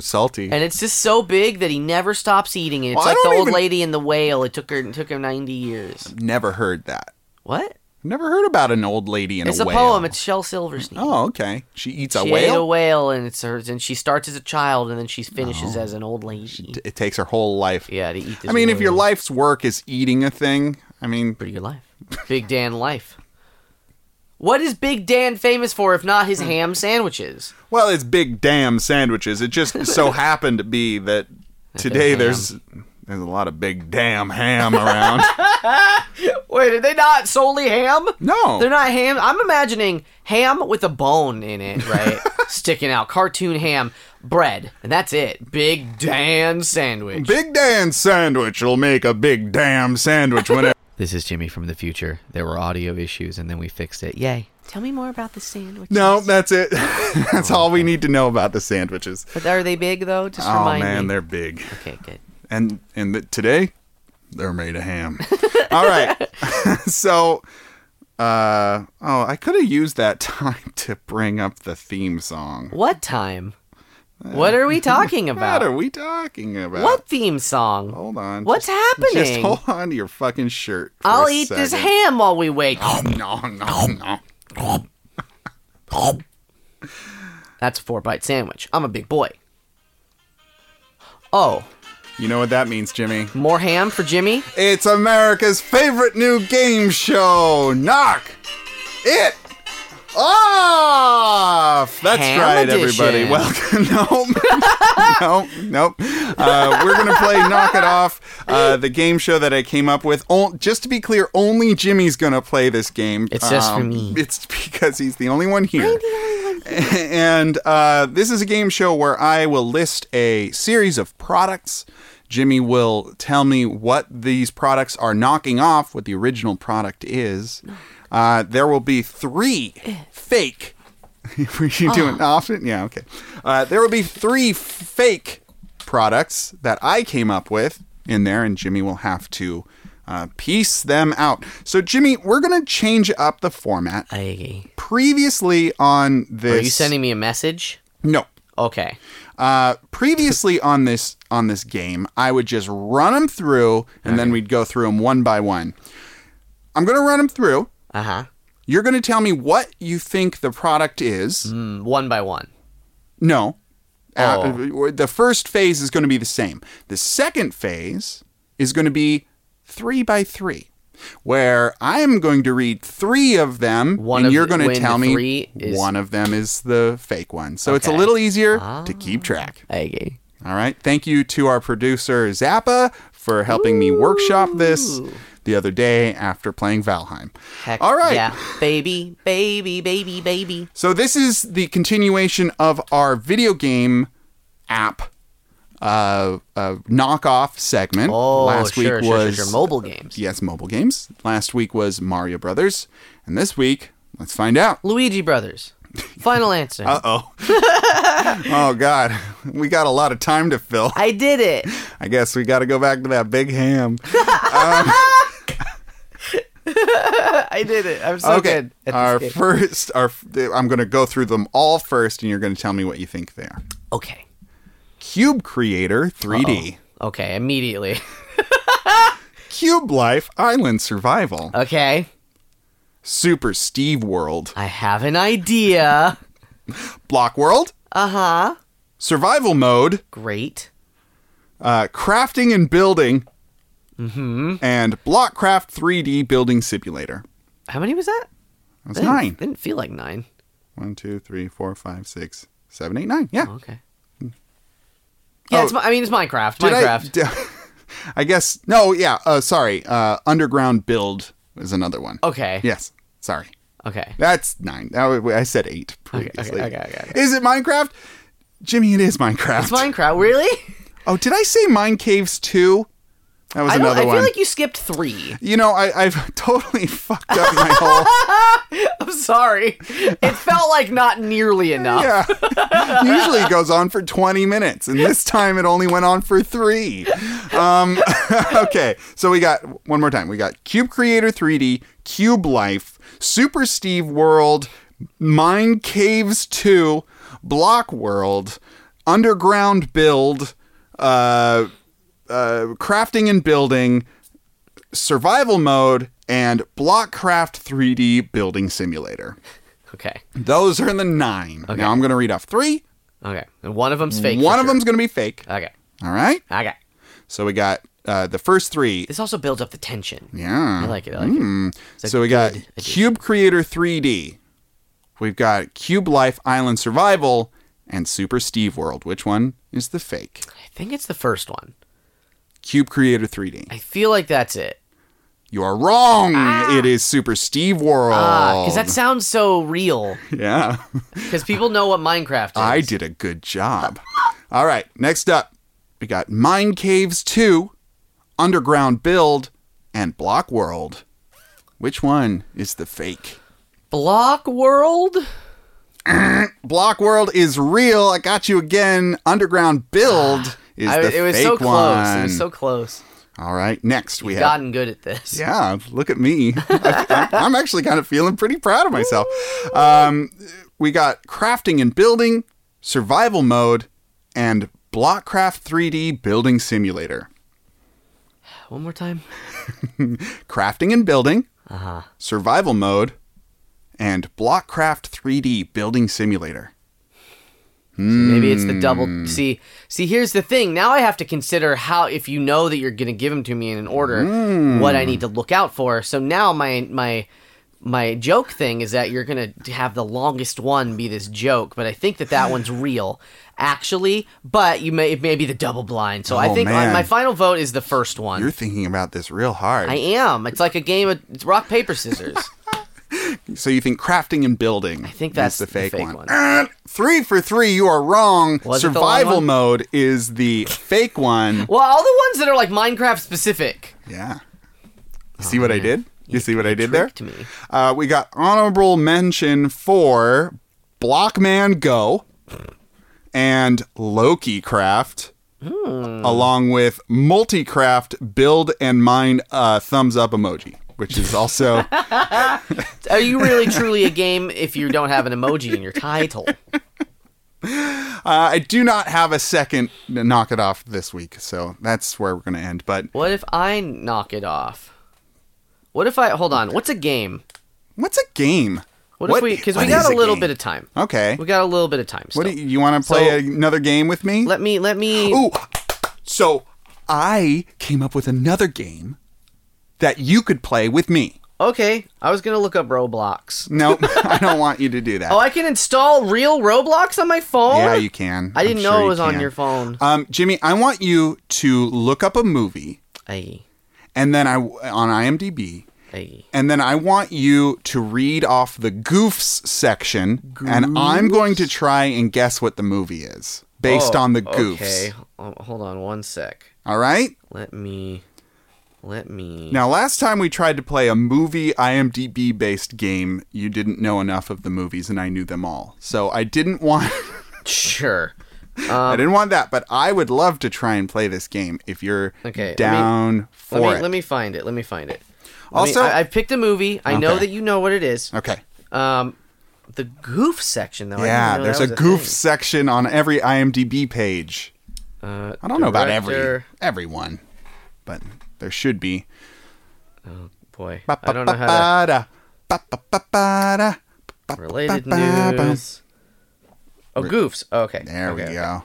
Speaker 1: salty.
Speaker 2: And it's just so big that he never stops eating it. It's
Speaker 1: Well, I
Speaker 2: like the
Speaker 1: don't
Speaker 2: old
Speaker 1: even-
Speaker 2: lady in the whale. It took her it took her ninety years.
Speaker 1: Never heard that.
Speaker 2: What?
Speaker 1: Never heard about an old lady in
Speaker 2: It's
Speaker 1: a
Speaker 2: a
Speaker 1: whale.
Speaker 2: poem. It's Shel Silverstein.
Speaker 1: oh, okay. She eats a
Speaker 2: she ate a
Speaker 1: whale.
Speaker 2: whale, and it's her. And she starts as a child, and then she finishes as an old lady.
Speaker 1: It takes her whole life.
Speaker 2: Yeah, to eat. This
Speaker 1: I mean, if your
Speaker 2: whale.
Speaker 1: life's work is eating a thing, I mean,
Speaker 2: pretty good life, Big Dan life. What is Big Dan famous for if not his ham sandwiches?
Speaker 1: well, it's big damn sandwiches. It just so happened to be that today
Speaker 2: ham.
Speaker 1: there's there's a lot of big damn ham around.
Speaker 2: Wait, are they not solely ham?
Speaker 1: No.
Speaker 2: They're not ham. I'm imagining ham with a bone in it, right? Sticking out. Cartoon ham, bread, and that's it. Big Dan sandwich.
Speaker 1: Big Dan sandwich will make a big damn sandwich whenever.
Speaker 2: This is Jimmy from the future. There were audio issues, and then we fixed it. Yay. Tell me more about the sandwich.
Speaker 1: no, that's it.
Speaker 2: Oh,
Speaker 1: that's all we need to know about the sandwiches.
Speaker 2: But are they big, though? Just
Speaker 1: Oh
Speaker 2: remind
Speaker 1: man,
Speaker 2: me.
Speaker 1: they're big.
Speaker 2: Okay, good.
Speaker 1: and and th- today they're made of ham. All right, so uh, oh, I could have used that time to bring up the theme song.
Speaker 2: What time? What are we talking
Speaker 1: What
Speaker 2: about?
Speaker 1: are we talking about?
Speaker 2: What theme song?
Speaker 1: Hold on.
Speaker 2: What's
Speaker 1: Just- Just
Speaker 2: happening?
Speaker 1: hold on to your fucking shirt. for
Speaker 2: I'll
Speaker 1: a
Speaker 2: eat this
Speaker 1: second.
Speaker 2: ham while we wait.
Speaker 1: No, no, no.
Speaker 2: That's a four bite sandwich. I'm a big boy. Oh,
Speaker 1: You know what that means, Jimmy?
Speaker 2: more ham for Jimmy?
Speaker 1: It's America's favorite new game show. Knock it off. That's
Speaker 2: Ham
Speaker 1: right, everybody.
Speaker 2: edition.
Speaker 1: Welcome. Nope. nope. Nope. Uh, we're gonna play Knock It Off, uh, the game show that I came up with. O- just to be clear, only Jimmy's gonna play this game. Um,
Speaker 2: It's just for me.
Speaker 1: It's because he's the only one here. And uh, this is a game show where I will list a series of products. Jimmy will tell me what these products are knocking off, what the original product is. Uh, there will be three fake. Were you doing often? Yeah, okay. Uh, there will be three fake products that I came up with in there, and Jimmy will have to uh, piece them out. So, Jimmy, we're going to change up the format
Speaker 2: I,
Speaker 1: previously on this
Speaker 2: are you sending me a message?
Speaker 1: no
Speaker 2: Okay.
Speaker 1: uh previously on this on this game i would just run them through and then we'd go through them one by one i'm gonna run them through
Speaker 2: Uh huh.
Speaker 1: you're gonna tell me what you think the product is
Speaker 2: Hmm, One by one.
Speaker 1: no
Speaker 2: Oh.
Speaker 1: Uh, the first phase is going to be the same. The second phase is going to be three by three, where I am going to read three of them,
Speaker 2: One
Speaker 1: and
Speaker 2: of
Speaker 1: you're
Speaker 2: the-
Speaker 1: going to
Speaker 2: when
Speaker 1: tell
Speaker 2: the
Speaker 1: me
Speaker 2: three is-
Speaker 1: one of them is the fake one. So it's a
Speaker 2: Okay. Ah.
Speaker 1: little easier to keep track.
Speaker 2: Aggie.
Speaker 1: All right. Thank you to our producer, Zappa, for helping me workshop this the other day after playing Valheim.
Speaker 2: Heck
Speaker 1: All right.
Speaker 2: Yeah. Baby, baby, baby, baby.
Speaker 1: So this is the continuation of our video game app uh, uh, knockoff segment.
Speaker 2: Oh,
Speaker 1: Last
Speaker 2: sure,
Speaker 1: week
Speaker 2: sure, sure,
Speaker 1: was
Speaker 2: sure. mobile games.
Speaker 1: yes, mobile games. Last week was Mario Brothers, and this week, let's find out.
Speaker 2: Luigi Brothers. Final answer.
Speaker 1: Uh oh. oh God, we got a lot of time to fill.
Speaker 2: I did it.
Speaker 1: I guess we got to go back to that big ham.
Speaker 2: I did it. I'm so
Speaker 1: okay.
Speaker 2: good. At
Speaker 1: our
Speaker 2: this game.
Speaker 1: first, our I'm going to go through them all first, and you're going to tell me what you think they are.
Speaker 2: okay.
Speaker 1: Cube Creator 3D.
Speaker 2: Okay. Immediately.
Speaker 1: Cube Life Island Survival.
Speaker 2: Okay.
Speaker 1: Super Steve World.
Speaker 2: I have an idea.
Speaker 1: Block World.
Speaker 2: Uh huh.
Speaker 1: Survival Mode.
Speaker 2: Great.
Speaker 1: Uh, crafting and Building. Mm-hmm. And Block Craft 3D Building Simulator.
Speaker 2: How many was that?
Speaker 1: That's
Speaker 2: That didn't-
Speaker 1: nine.
Speaker 2: Didn't feel like nine.
Speaker 1: One, two, three, four, five, six, seven, eight, nine. Yeah.
Speaker 2: Oh, Okay.
Speaker 1: Oh.
Speaker 2: Yeah, it's, Mi- I mean it's Minecraft.
Speaker 1: Did I-
Speaker 2: Minecraft.
Speaker 1: d- I guess. No, yeah. Uh, sorry. Uh, underground Build is another one.
Speaker 2: okay.
Speaker 1: Yes. Sorry.
Speaker 2: Okay.
Speaker 1: That's nine. That was- I said eight
Speaker 2: Okay,
Speaker 1: previously.
Speaker 2: okay, okay,
Speaker 1: Is it Minecraft? Jimmy, it is Minecraft.
Speaker 2: It's Minecraft. Really?
Speaker 1: Oh, did I say Mine Caves 2? That was
Speaker 2: I, don't, I
Speaker 1: another
Speaker 2: feel
Speaker 1: one.
Speaker 2: like you skipped three.
Speaker 1: you know, I, I've totally fucked up my whole.
Speaker 2: I'm sorry. It felt like not nearly enough.
Speaker 1: Yeah. Usually it goes on for 20 minutes, and this time it only went on for three. Um, okay, so we got one more time. We got Cube Creator 3D, Cube Life, Super Steve World, Mine Caves 2, Block World, Underground Build, uh, uh, Crafting and Building, survival mode and Blockcraft 3D Building Simulator.
Speaker 2: Okay.
Speaker 1: Those are in the nine. Now I'm going to read off three.
Speaker 2: Okay. And one of them's fake. for
Speaker 1: One of
Speaker 2: sure.
Speaker 1: them's going to be fake.
Speaker 2: Okay.
Speaker 1: All right.
Speaker 2: Okay.
Speaker 1: So we got uh, the first three.
Speaker 2: This also builds up the tension.
Speaker 1: Yeah.
Speaker 2: I like it. I like
Speaker 1: Mm.
Speaker 2: it. It's a
Speaker 1: so we got
Speaker 2: good addition.
Speaker 1: Cube Creator 3D. We've got Cube Life Island Survival and Super Steve World. Which one is the fake?
Speaker 2: I think it's the first one.
Speaker 1: Cube Creator 3D.
Speaker 2: I feel like that's it.
Speaker 1: You are wrong. It is Super Steve World.
Speaker 2: Because Ah. Uh,
Speaker 1: Um.
Speaker 2: that sounds so real.
Speaker 1: yeah.
Speaker 2: Because people know what Minecraft is.
Speaker 1: I did a good job. All right, next up, we got Mine Caves 2, Underground Build, and Block World. Which one is the fake?
Speaker 2: Block World?
Speaker 1: Block World is real. I got you again. Underground Build is
Speaker 2: I-
Speaker 1: the
Speaker 2: it was
Speaker 1: fake
Speaker 2: so close.
Speaker 1: one.
Speaker 2: It was so close.
Speaker 1: All right, next we have
Speaker 2: Gotten good at this.
Speaker 1: Yeah, look at me. I, am actually kind of feeling pretty proud of myself. Um, we got crafting and building, survival mode, and Blockcraft 3D building simulator.
Speaker 2: One more time.
Speaker 1: Crafting and building,
Speaker 2: Uh huh.
Speaker 1: survival mode, and Blockcraft 3D building simulator.
Speaker 2: Maybe it's the
Speaker 1: Hmm.
Speaker 2: double. See, see, here's the thing. Now I have to consider how, if you know that you're going to give them to me in an order,
Speaker 1: Hmm.
Speaker 2: what I need to look out for. So now my my my joke thing is that you're going to have the longest one be this joke, but I think that that one's real, actually. But you may it may be the double blind. So I
Speaker 1: Oh,
Speaker 2: think my-
Speaker 1: man.
Speaker 2: my final vote is the first one.
Speaker 1: You're thinking about this real hard.
Speaker 2: I am. It's like a game of it's rock paper scissors.
Speaker 1: so you think crafting and building? I
Speaker 2: think that's
Speaker 1: the
Speaker 2: the
Speaker 1: fake,
Speaker 2: fake
Speaker 1: one.
Speaker 2: one.
Speaker 1: Ah, three for three. You are wrong.
Speaker 2: Was it the long
Speaker 1: survival
Speaker 2: one?
Speaker 1: mode is the fake one.
Speaker 2: well, all the ones that are like Minecraft specific.
Speaker 1: Yeah. You see what I did? You, see what I did there?
Speaker 2: Oh, tricked me.
Speaker 1: Uh, we got honorable mention for Blockman Go and Loki Craft,
Speaker 2: Hmm.
Speaker 1: along with Multicraft Build and Mine uh, Thumbs Up Emoji, which is also uh,
Speaker 2: Are you really truly a game if you don't have an emoji in your title?
Speaker 1: Uh, I do not have a second to knock it off this week, so that's where we're going to end. But
Speaker 2: What if I knock it off? What if I hold on? What's a game?
Speaker 1: what's a game?
Speaker 2: What, if we? Because we
Speaker 1: what
Speaker 2: got
Speaker 1: is
Speaker 2: a little
Speaker 1: game?
Speaker 2: bit of time.
Speaker 1: Okay.
Speaker 2: We got a little bit of time.
Speaker 1: What
Speaker 2: still.
Speaker 1: do you, you want to play
Speaker 2: So-
Speaker 1: another game with me?
Speaker 2: let me. Let me.
Speaker 1: Ooh, so I came up with another game that you could play with me.
Speaker 2: Okay. I was gonna look up Roblox.
Speaker 1: No, I don't want you to do that.
Speaker 2: Oh, I can install real Roblox on my phone.
Speaker 1: yeah, you can.
Speaker 2: I
Speaker 1: I'm
Speaker 2: didn't
Speaker 1: sure
Speaker 2: know it
Speaker 1: you
Speaker 2: was on
Speaker 1: can.
Speaker 2: your phone.
Speaker 1: Um, Jimmy, I want you to look up a movie
Speaker 2: Ay,
Speaker 1: and then I on IMDb,
Speaker 2: ay.
Speaker 1: and then I want you to read off the goofs section, and I'm going to try and guess what the movie is based
Speaker 2: Oh,
Speaker 1: on the goofs.
Speaker 2: Okay. Um, Hold on one sec.
Speaker 1: All right.
Speaker 2: Let me. Let me.
Speaker 1: Now, last time we tried to play a movie IMDb based game, you didn't know enough of the movies, and I knew them all. So I didn't want,
Speaker 2: Sure. Um,
Speaker 1: I didn't want that. But I would love to try and play this game if you're
Speaker 2: Okay, let me-
Speaker 1: down for
Speaker 2: Let me,
Speaker 1: it.
Speaker 2: let me find it. Let me find it. Let me-
Speaker 1: Also-
Speaker 2: I, I picked a movie. I know
Speaker 1: Okay.
Speaker 2: that you know what it is.
Speaker 1: okay.
Speaker 2: Um, the goof section though. Oh, I didn't
Speaker 1: Yeah,
Speaker 2: know
Speaker 1: there's
Speaker 2: that
Speaker 1: a
Speaker 2: was
Speaker 1: goof
Speaker 2: thing.
Speaker 1: section on every IMDb page.
Speaker 2: Uh,
Speaker 1: I don't know about every
Speaker 2: director-
Speaker 1: everyone, but there should be.
Speaker 2: Boy, I don't know how
Speaker 1: Ba-ba-ba-da, ba-ba-ba-ba-da,
Speaker 2: to related
Speaker 1: ba-ba-ba-ba.
Speaker 2: news. Oh, goofs. Oh, okay.
Speaker 1: There
Speaker 2: okay.
Speaker 1: we go.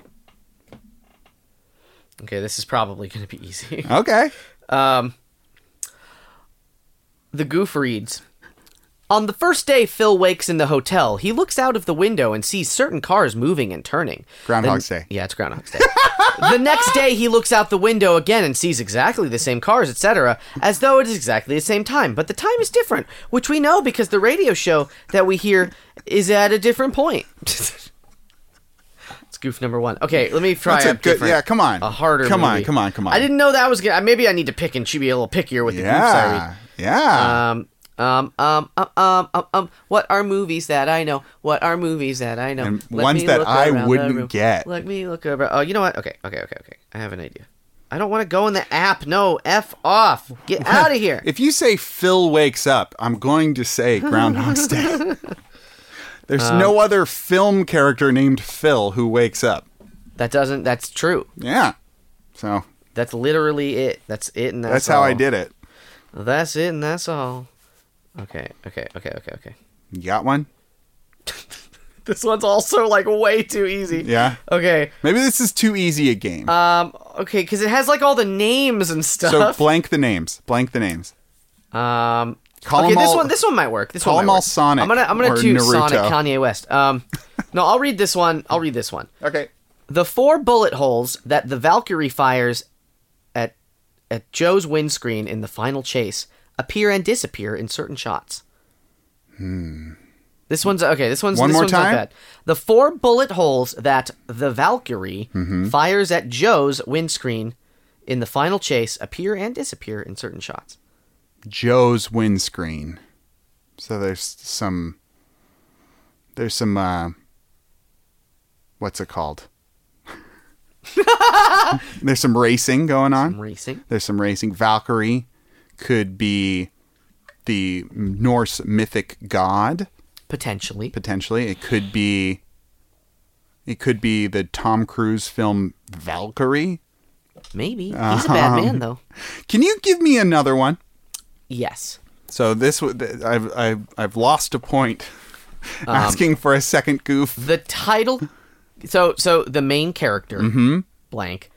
Speaker 2: Okay, this is probably going to be easy.
Speaker 1: Okay.
Speaker 2: Um, the goof reads. On the first day Phil wakes in the hotel, he looks out of the window and sees certain cars moving and turning.
Speaker 1: Groundhog's
Speaker 2: Then-
Speaker 1: Day.
Speaker 2: Yeah, it's Groundhog's Day. the next day he looks out the window again and sees exactly the same cars, etc., as though it is exactly the same time, but the time is different, which we know because the radio show that we hear is at a different point. It's goof number 1. Okay, let me try
Speaker 1: That's a
Speaker 2: a
Speaker 1: good-
Speaker 2: different-
Speaker 1: yeah, come on.
Speaker 2: A harder
Speaker 1: Come on,
Speaker 2: movie.
Speaker 1: come on, come on.
Speaker 2: I didn't know that was going to maybe I need to pick and should be a little pickier with the goofs I read.
Speaker 1: Yeah. Yeah.
Speaker 2: Um, um, um, um, um, um, um, what are movies that I know? What are movies that I know?
Speaker 1: And ones that
Speaker 2: look
Speaker 1: I
Speaker 2: around the
Speaker 1: wouldn't
Speaker 2: room.
Speaker 1: get.
Speaker 2: Let me look over. Oh, you know what? Okay, okay, okay, okay. I have an idea. I don't want to go in the app. No, f off. Get out of here.
Speaker 1: If you say Phil wakes up, I'm going to say Groundhog's Day. There's no other film character named Phil who wakes up.
Speaker 2: That doesn't. That's true.
Speaker 1: Yeah. So
Speaker 2: That's literally it. That's it. And that's,
Speaker 1: that's how I
Speaker 2: all.
Speaker 1: did it.
Speaker 2: That's it, and that's all. Okay, okay, okay, okay, okay.
Speaker 1: You got one?
Speaker 2: This one's also like way too easy.
Speaker 1: Yeah.
Speaker 2: Okay.
Speaker 1: Maybe this is too easy a game.
Speaker 2: Um. Okay, because it has like all the names and
Speaker 1: so
Speaker 2: stuff.
Speaker 1: blank the names. Blank the names.
Speaker 2: um.
Speaker 1: Call
Speaker 2: okay,
Speaker 1: 'em
Speaker 2: this
Speaker 1: all-
Speaker 2: one. This one might work. This
Speaker 1: Call
Speaker 2: one.
Speaker 1: 'em
Speaker 2: might
Speaker 1: all
Speaker 2: work.
Speaker 1: Sonic
Speaker 2: I'm gonna. I'm gonna
Speaker 1: or
Speaker 2: do Sonic.
Speaker 1: Naruto.
Speaker 2: Kanye West. Um. no, I'll read this one. I'll read this one.
Speaker 1: Okay.
Speaker 2: The four bullet holes that the Valkyrie fires at at Joe's windscreen in the final chase appear and disappear in certain shots. Hmm. This one's okay. This one's
Speaker 1: Hmm. One
Speaker 2: this
Speaker 1: more
Speaker 2: one's
Speaker 1: time?
Speaker 2: Not bad. The four bullet holes that the Valkyrie
Speaker 1: Mm-hmm.
Speaker 2: fires at Joe's windscreen in the final chase appear and disappear in certain shots.
Speaker 1: Joe's windscreen. So there's some there's some uh what's it called? there's some racing going
Speaker 2: I'm
Speaker 1: on.
Speaker 2: racing.
Speaker 1: There's some racing. Valkyrie could be the Norse mythic god
Speaker 2: Potentially.
Speaker 1: potentially. It could be it could be the Tom Cruise film Valkyrie.
Speaker 2: Maybe.
Speaker 1: Uh-huh.
Speaker 2: He's a bad man though.
Speaker 1: Can you give me another one?
Speaker 2: Yes.
Speaker 1: So this w- th- I've I've I've lost a point
Speaker 2: Um,
Speaker 1: asking for a second goof.
Speaker 2: the title so so the main character
Speaker 1: Mm-hmm.
Speaker 2: blank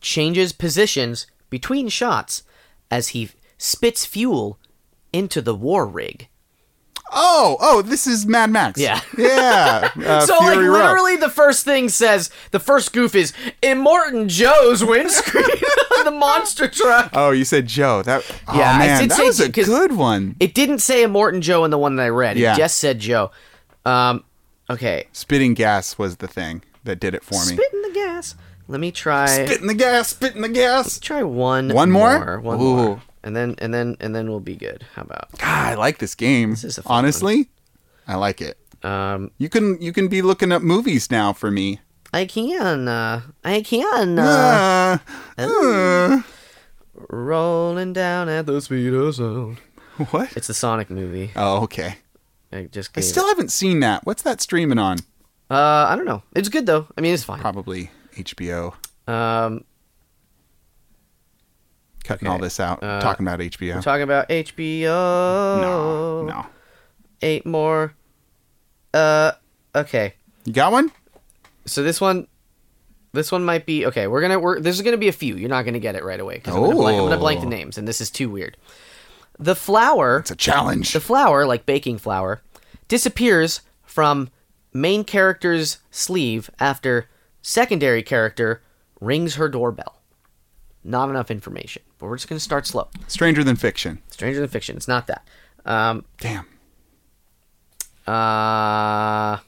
Speaker 2: changes positions between shots as he spits fuel into the war rig
Speaker 1: Oh, oh, this is Mad Max.
Speaker 2: Yeah.
Speaker 1: Yeah. uh,
Speaker 2: so
Speaker 1: Fury Road.
Speaker 2: like literally the first thing says the first goof is immortan joe's windscreen on the monster truck
Speaker 1: Oh, you said Joe. That oh,
Speaker 2: Yeah, I
Speaker 1: man,
Speaker 2: did
Speaker 1: that
Speaker 2: say
Speaker 1: was a
Speaker 2: Joe, 'cause-
Speaker 1: good one.
Speaker 2: it didn't say immortan joe in the one that i read
Speaker 1: Yeah.
Speaker 2: it just said joe um okay
Speaker 1: Spitting gas was the thing that did it for me.
Speaker 2: spit in the gas let me try
Speaker 1: Spitting the gas, spitting the gas.
Speaker 2: try one
Speaker 1: One more?
Speaker 2: one
Speaker 1: Ooh.
Speaker 2: more and then and then and then we'll be good how about
Speaker 1: God, I like this game.
Speaker 2: is a fun one.
Speaker 1: Honestly, I like it.
Speaker 2: Um,
Speaker 1: You can you can be looking up movies now for me.
Speaker 2: I can, uh, I can, uh, oh.
Speaker 1: Uh, uh,
Speaker 2: rolling down at the speed of sound.
Speaker 1: uh, what?
Speaker 2: It's the Sonic movie.
Speaker 1: Oh, okay.
Speaker 2: I just
Speaker 1: I
Speaker 2: gave
Speaker 1: still
Speaker 2: it.
Speaker 1: haven't seen that. What's that streaming on?
Speaker 2: Uh, I don't know. It's good though. I mean, it's fine.
Speaker 1: Probably HBO.
Speaker 2: Um,
Speaker 1: Cutting
Speaker 2: Okay,
Speaker 1: all this out.
Speaker 2: uh,
Speaker 1: talking about HBO.
Speaker 2: we're talking about HBO.
Speaker 1: no, no.
Speaker 2: Eight more. Uh, okay.
Speaker 1: You got one?
Speaker 2: So this one, this one might be okay. We're gonna we're there's gonna be a few. You're not gonna get it right away because I'm, gonna blank- I'm gonna blank the
Speaker 1: Oh.
Speaker 2: names, and this is too weird. The flower.
Speaker 1: It's a challenge.
Speaker 2: The flour, like baking flour, disappears from main character's sleeve after secondary character rings her doorbell. Not enough information, but we're just going to start slow.
Speaker 1: Stranger than fiction.
Speaker 2: Stranger than fiction. It's not that. Um,
Speaker 1: Damn.
Speaker 2: uh,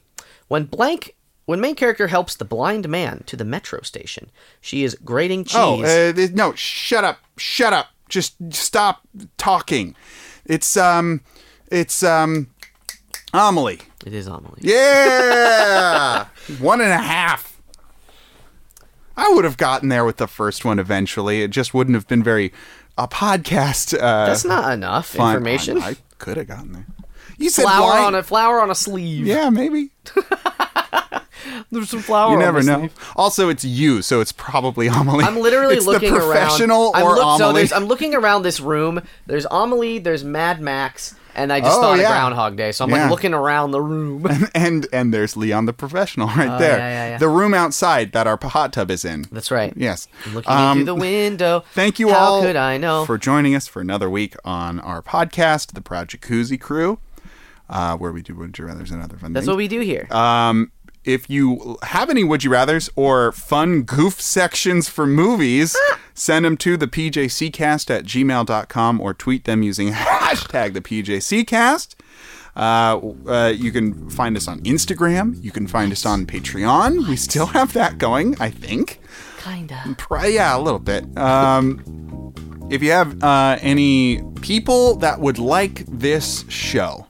Speaker 2: when blank, when main character helps the blind man to the metro station, she is grating cheese.
Speaker 1: Oh, uh, th- no, shut up. Shut up. Just stop talking. It's um it's um Amelie.
Speaker 2: it is Amelie.
Speaker 1: Yeah. one and a half. I would have gotten there with the first one eventually. It just wouldn't have been very a podcast uh
Speaker 2: That's not enough
Speaker 1: fun.
Speaker 2: information.
Speaker 1: I, I could have gotten there. You said
Speaker 2: flour
Speaker 1: blind-
Speaker 2: on a flour on a sleeve.
Speaker 1: Yeah, maybe.
Speaker 2: There's some flour.
Speaker 1: You
Speaker 2: on
Speaker 1: never
Speaker 2: the
Speaker 1: know.
Speaker 2: sleeve.
Speaker 1: Also, it's you, so it's probably Amelie.
Speaker 2: I'm literally
Speaker 1: it's
Speaker 2: looking
Speaker 1: the professional
Speaker 2: around. I'm
Speaker 1: or
Speaker 2: look- so
Speaker 1: Amelie.
Speaker 2: there's- I'm looking around this room. There's Amelie. There's Mad Max, and I just
Speaker 1: Oh,
Speaker 2: thought
Speaker 1: yeah.
Speaker 2: of Groundhog Day. So I'm
Speaker 1: Yeah.
Speaker 2: like looking around the room.
Speaker 1: and and there's Leon the professional right there.
Speaker 2: Oh, yeah, yeah, yeah.
Speaker 1: The room outside that our hot tub is in.
Speaker 2: That's right.
Speaker 1: Yes.
Speaker 2: Looking in
Speaker 1: Um,
Speaker 2: through the window.
Speaker 1: Thank you
Speaker 2: How
Speaker 1: all
Speaker 2: could I know?
Speaker 1: for joining us for another week on our podcast, the Proud Jacuzzi Crew, uh, where we do Would You Rather's and other fun
Speaker 2: That's
Speaker 1: things.
Speaker 2: what we do here.
Speaker 1: Um, if you have any would you rather's or fun goof sections for movies, send them to the PJCcast at gmail.com or tweet them using hashtag the PJCcast. Uh, uh, you can find us on Instagram. You can find us on Patreon. We still have that going, I think.
Speaker 2: Kinda.
Speaker 1: Pri- yeah, a little bit. Um, if you have uh, any people that would like this show,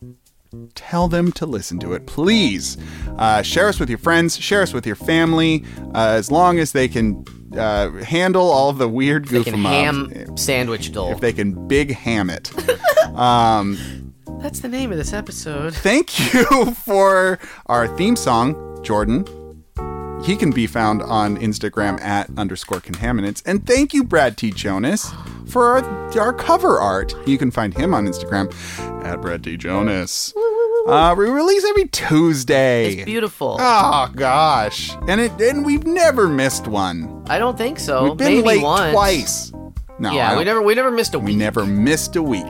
Speaker 1: tell them to listen to it, please. Uh, share us with your friends, share us with your family, uh, as long as they can uh, handle all the weird goof
Speaker 2: Can
Speaker 1: 'em up.
Speaker 2: ham sandwich dole.
Speaker 1: If they can big ham it.
Speaker 2: That's the name of this episode.
Speaker 1: Thank you for our theme song, Jordan. He can be found on Instagram at underscore contaminants. And thank you, Brad T. Jonas, for our, our cover art. You can find him on Instagram at Brad D. Jonas. Uh, we release every Tuesday.
Speaker 2: It's beautiful.
Speaker 1: Oh gosh, and it and we've never missed one.
Speaker 2: I don't think so.
Speaker 1: We've been
Speaker 2: Maybe
Speaker 1: late
Speaker 2: once.
Speaker 1: twice. No, I
Speaker 2: Yeah,
Speaker 1: don't-
Speaker 2: we never we never missed a
Speaker 1: we
Speaker 2: week.
Speaker 1: never missed a week.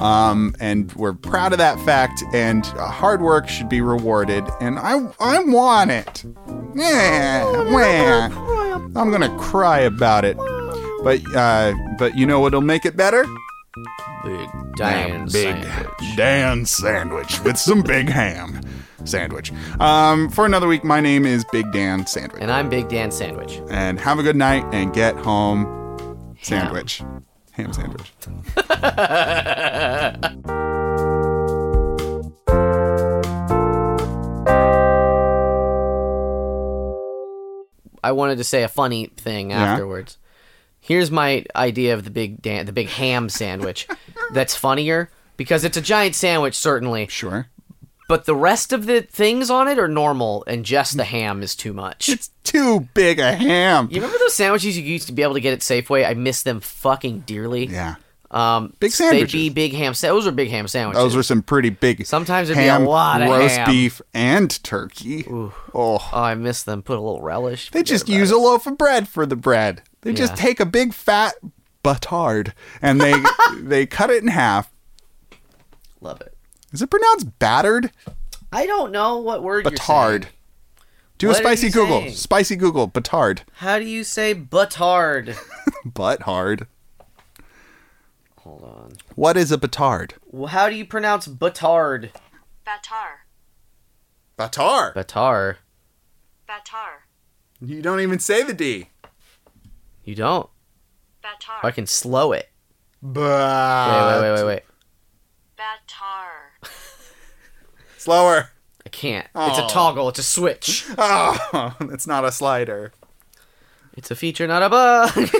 Speaker 1: Um, and we're proud of that fact. And uh, hard work should be rewarded. And I I want it. Yeah, wah. I'm gonna cry about it. But uh, but you know what'll make it better?
Speaker 2: Big Diane
Speaker 1: big
Speaker 2: sandwich.
Speaker 1: Dan sandwich with some big ham sandwich. Um, for another week, my name is Big Dan Sandwich.
Speaker 2: And I'm Big Dan Sandwich.
Speaker 1: and have a good night and get home sandwich. Ham sandwich.
Speaker 2: I wanted to say a funny thing afterwards. Here's my idea of the big Dan, the big ham sandwich. that's funnier because it's a giant sandwich, certainly,
Speaker 1: Sure.
Speaker 2: but the rest of the things on it are normal, and just the ham is too much.
Speaker 1: It's too big a ham.
Speaker 2: You remember those sandwiches you used to be able to get at Safeway? I miss them fucking dearly.
Speaker 1: Yeah.
Speaker 2: Um,
Speaker 1: Big
Speaker 2: They'd be
Speaker 1: sandwiches.
Speaker 2: big ham. Sa- those are big ham sandwiches.
Speaker 1: Those were some pretty big.
Speaker 2: Sometimes there'd be a
Speaker 1: ham,
Speaker 2: lot of
Speaker 1: roast
Speaker 2: ham.
Speaker 1: beef and turkey. Oh,
Speaker 2: oh, I miss them. Put a little relish.
Speaker 1: they just use a loaf of bread for the bread. They just
Speaker 2: Yeah.
Speaker 1: take a big fat buttard and they they cut it in half.
Speaker 2: love it.
Speaker 1: Is it pronounced battered?
Speaker 2: I don't know what word you're
Speaker 1: Batard.
Speaker 2: saying.
Speaker 1: Do
Speaker 2: What
Speaker 1: a
Speaker 2: are
Speaker 1: spicy
Speaker 2: you
Speaker 1: Google.
Speaker 2: saying?
Speaker 1: Spicy Google. Batard.
Speaker 2: How do you say butard?
Speaker 1: Butt hard.
Speaker 2: Hold on.
Speaker 1: What is a batard?
Speaker 2: Well, How do you pronounce batard?
Speaker 3: Batar.
Speaker 1: Batar.
Speaker 2: Batar.
Speaker 3: Batar.
Speaker 1: You don't even say the D.
Speaker 2: You don't.
Speaker 3: Batar.
Speaker 2: I can slow it. Uh, Wait,
Speaker 1: But
Speaker 2: wait, wait, wait, wait.
Speaker 3: Batar.
Speaker 1: Slower.
Speaker 2: I can't. It's a toggle. It's a switch.
Speaker 1: Oh, that's not a slider.
Speaker 2: It's a feature, not a bug.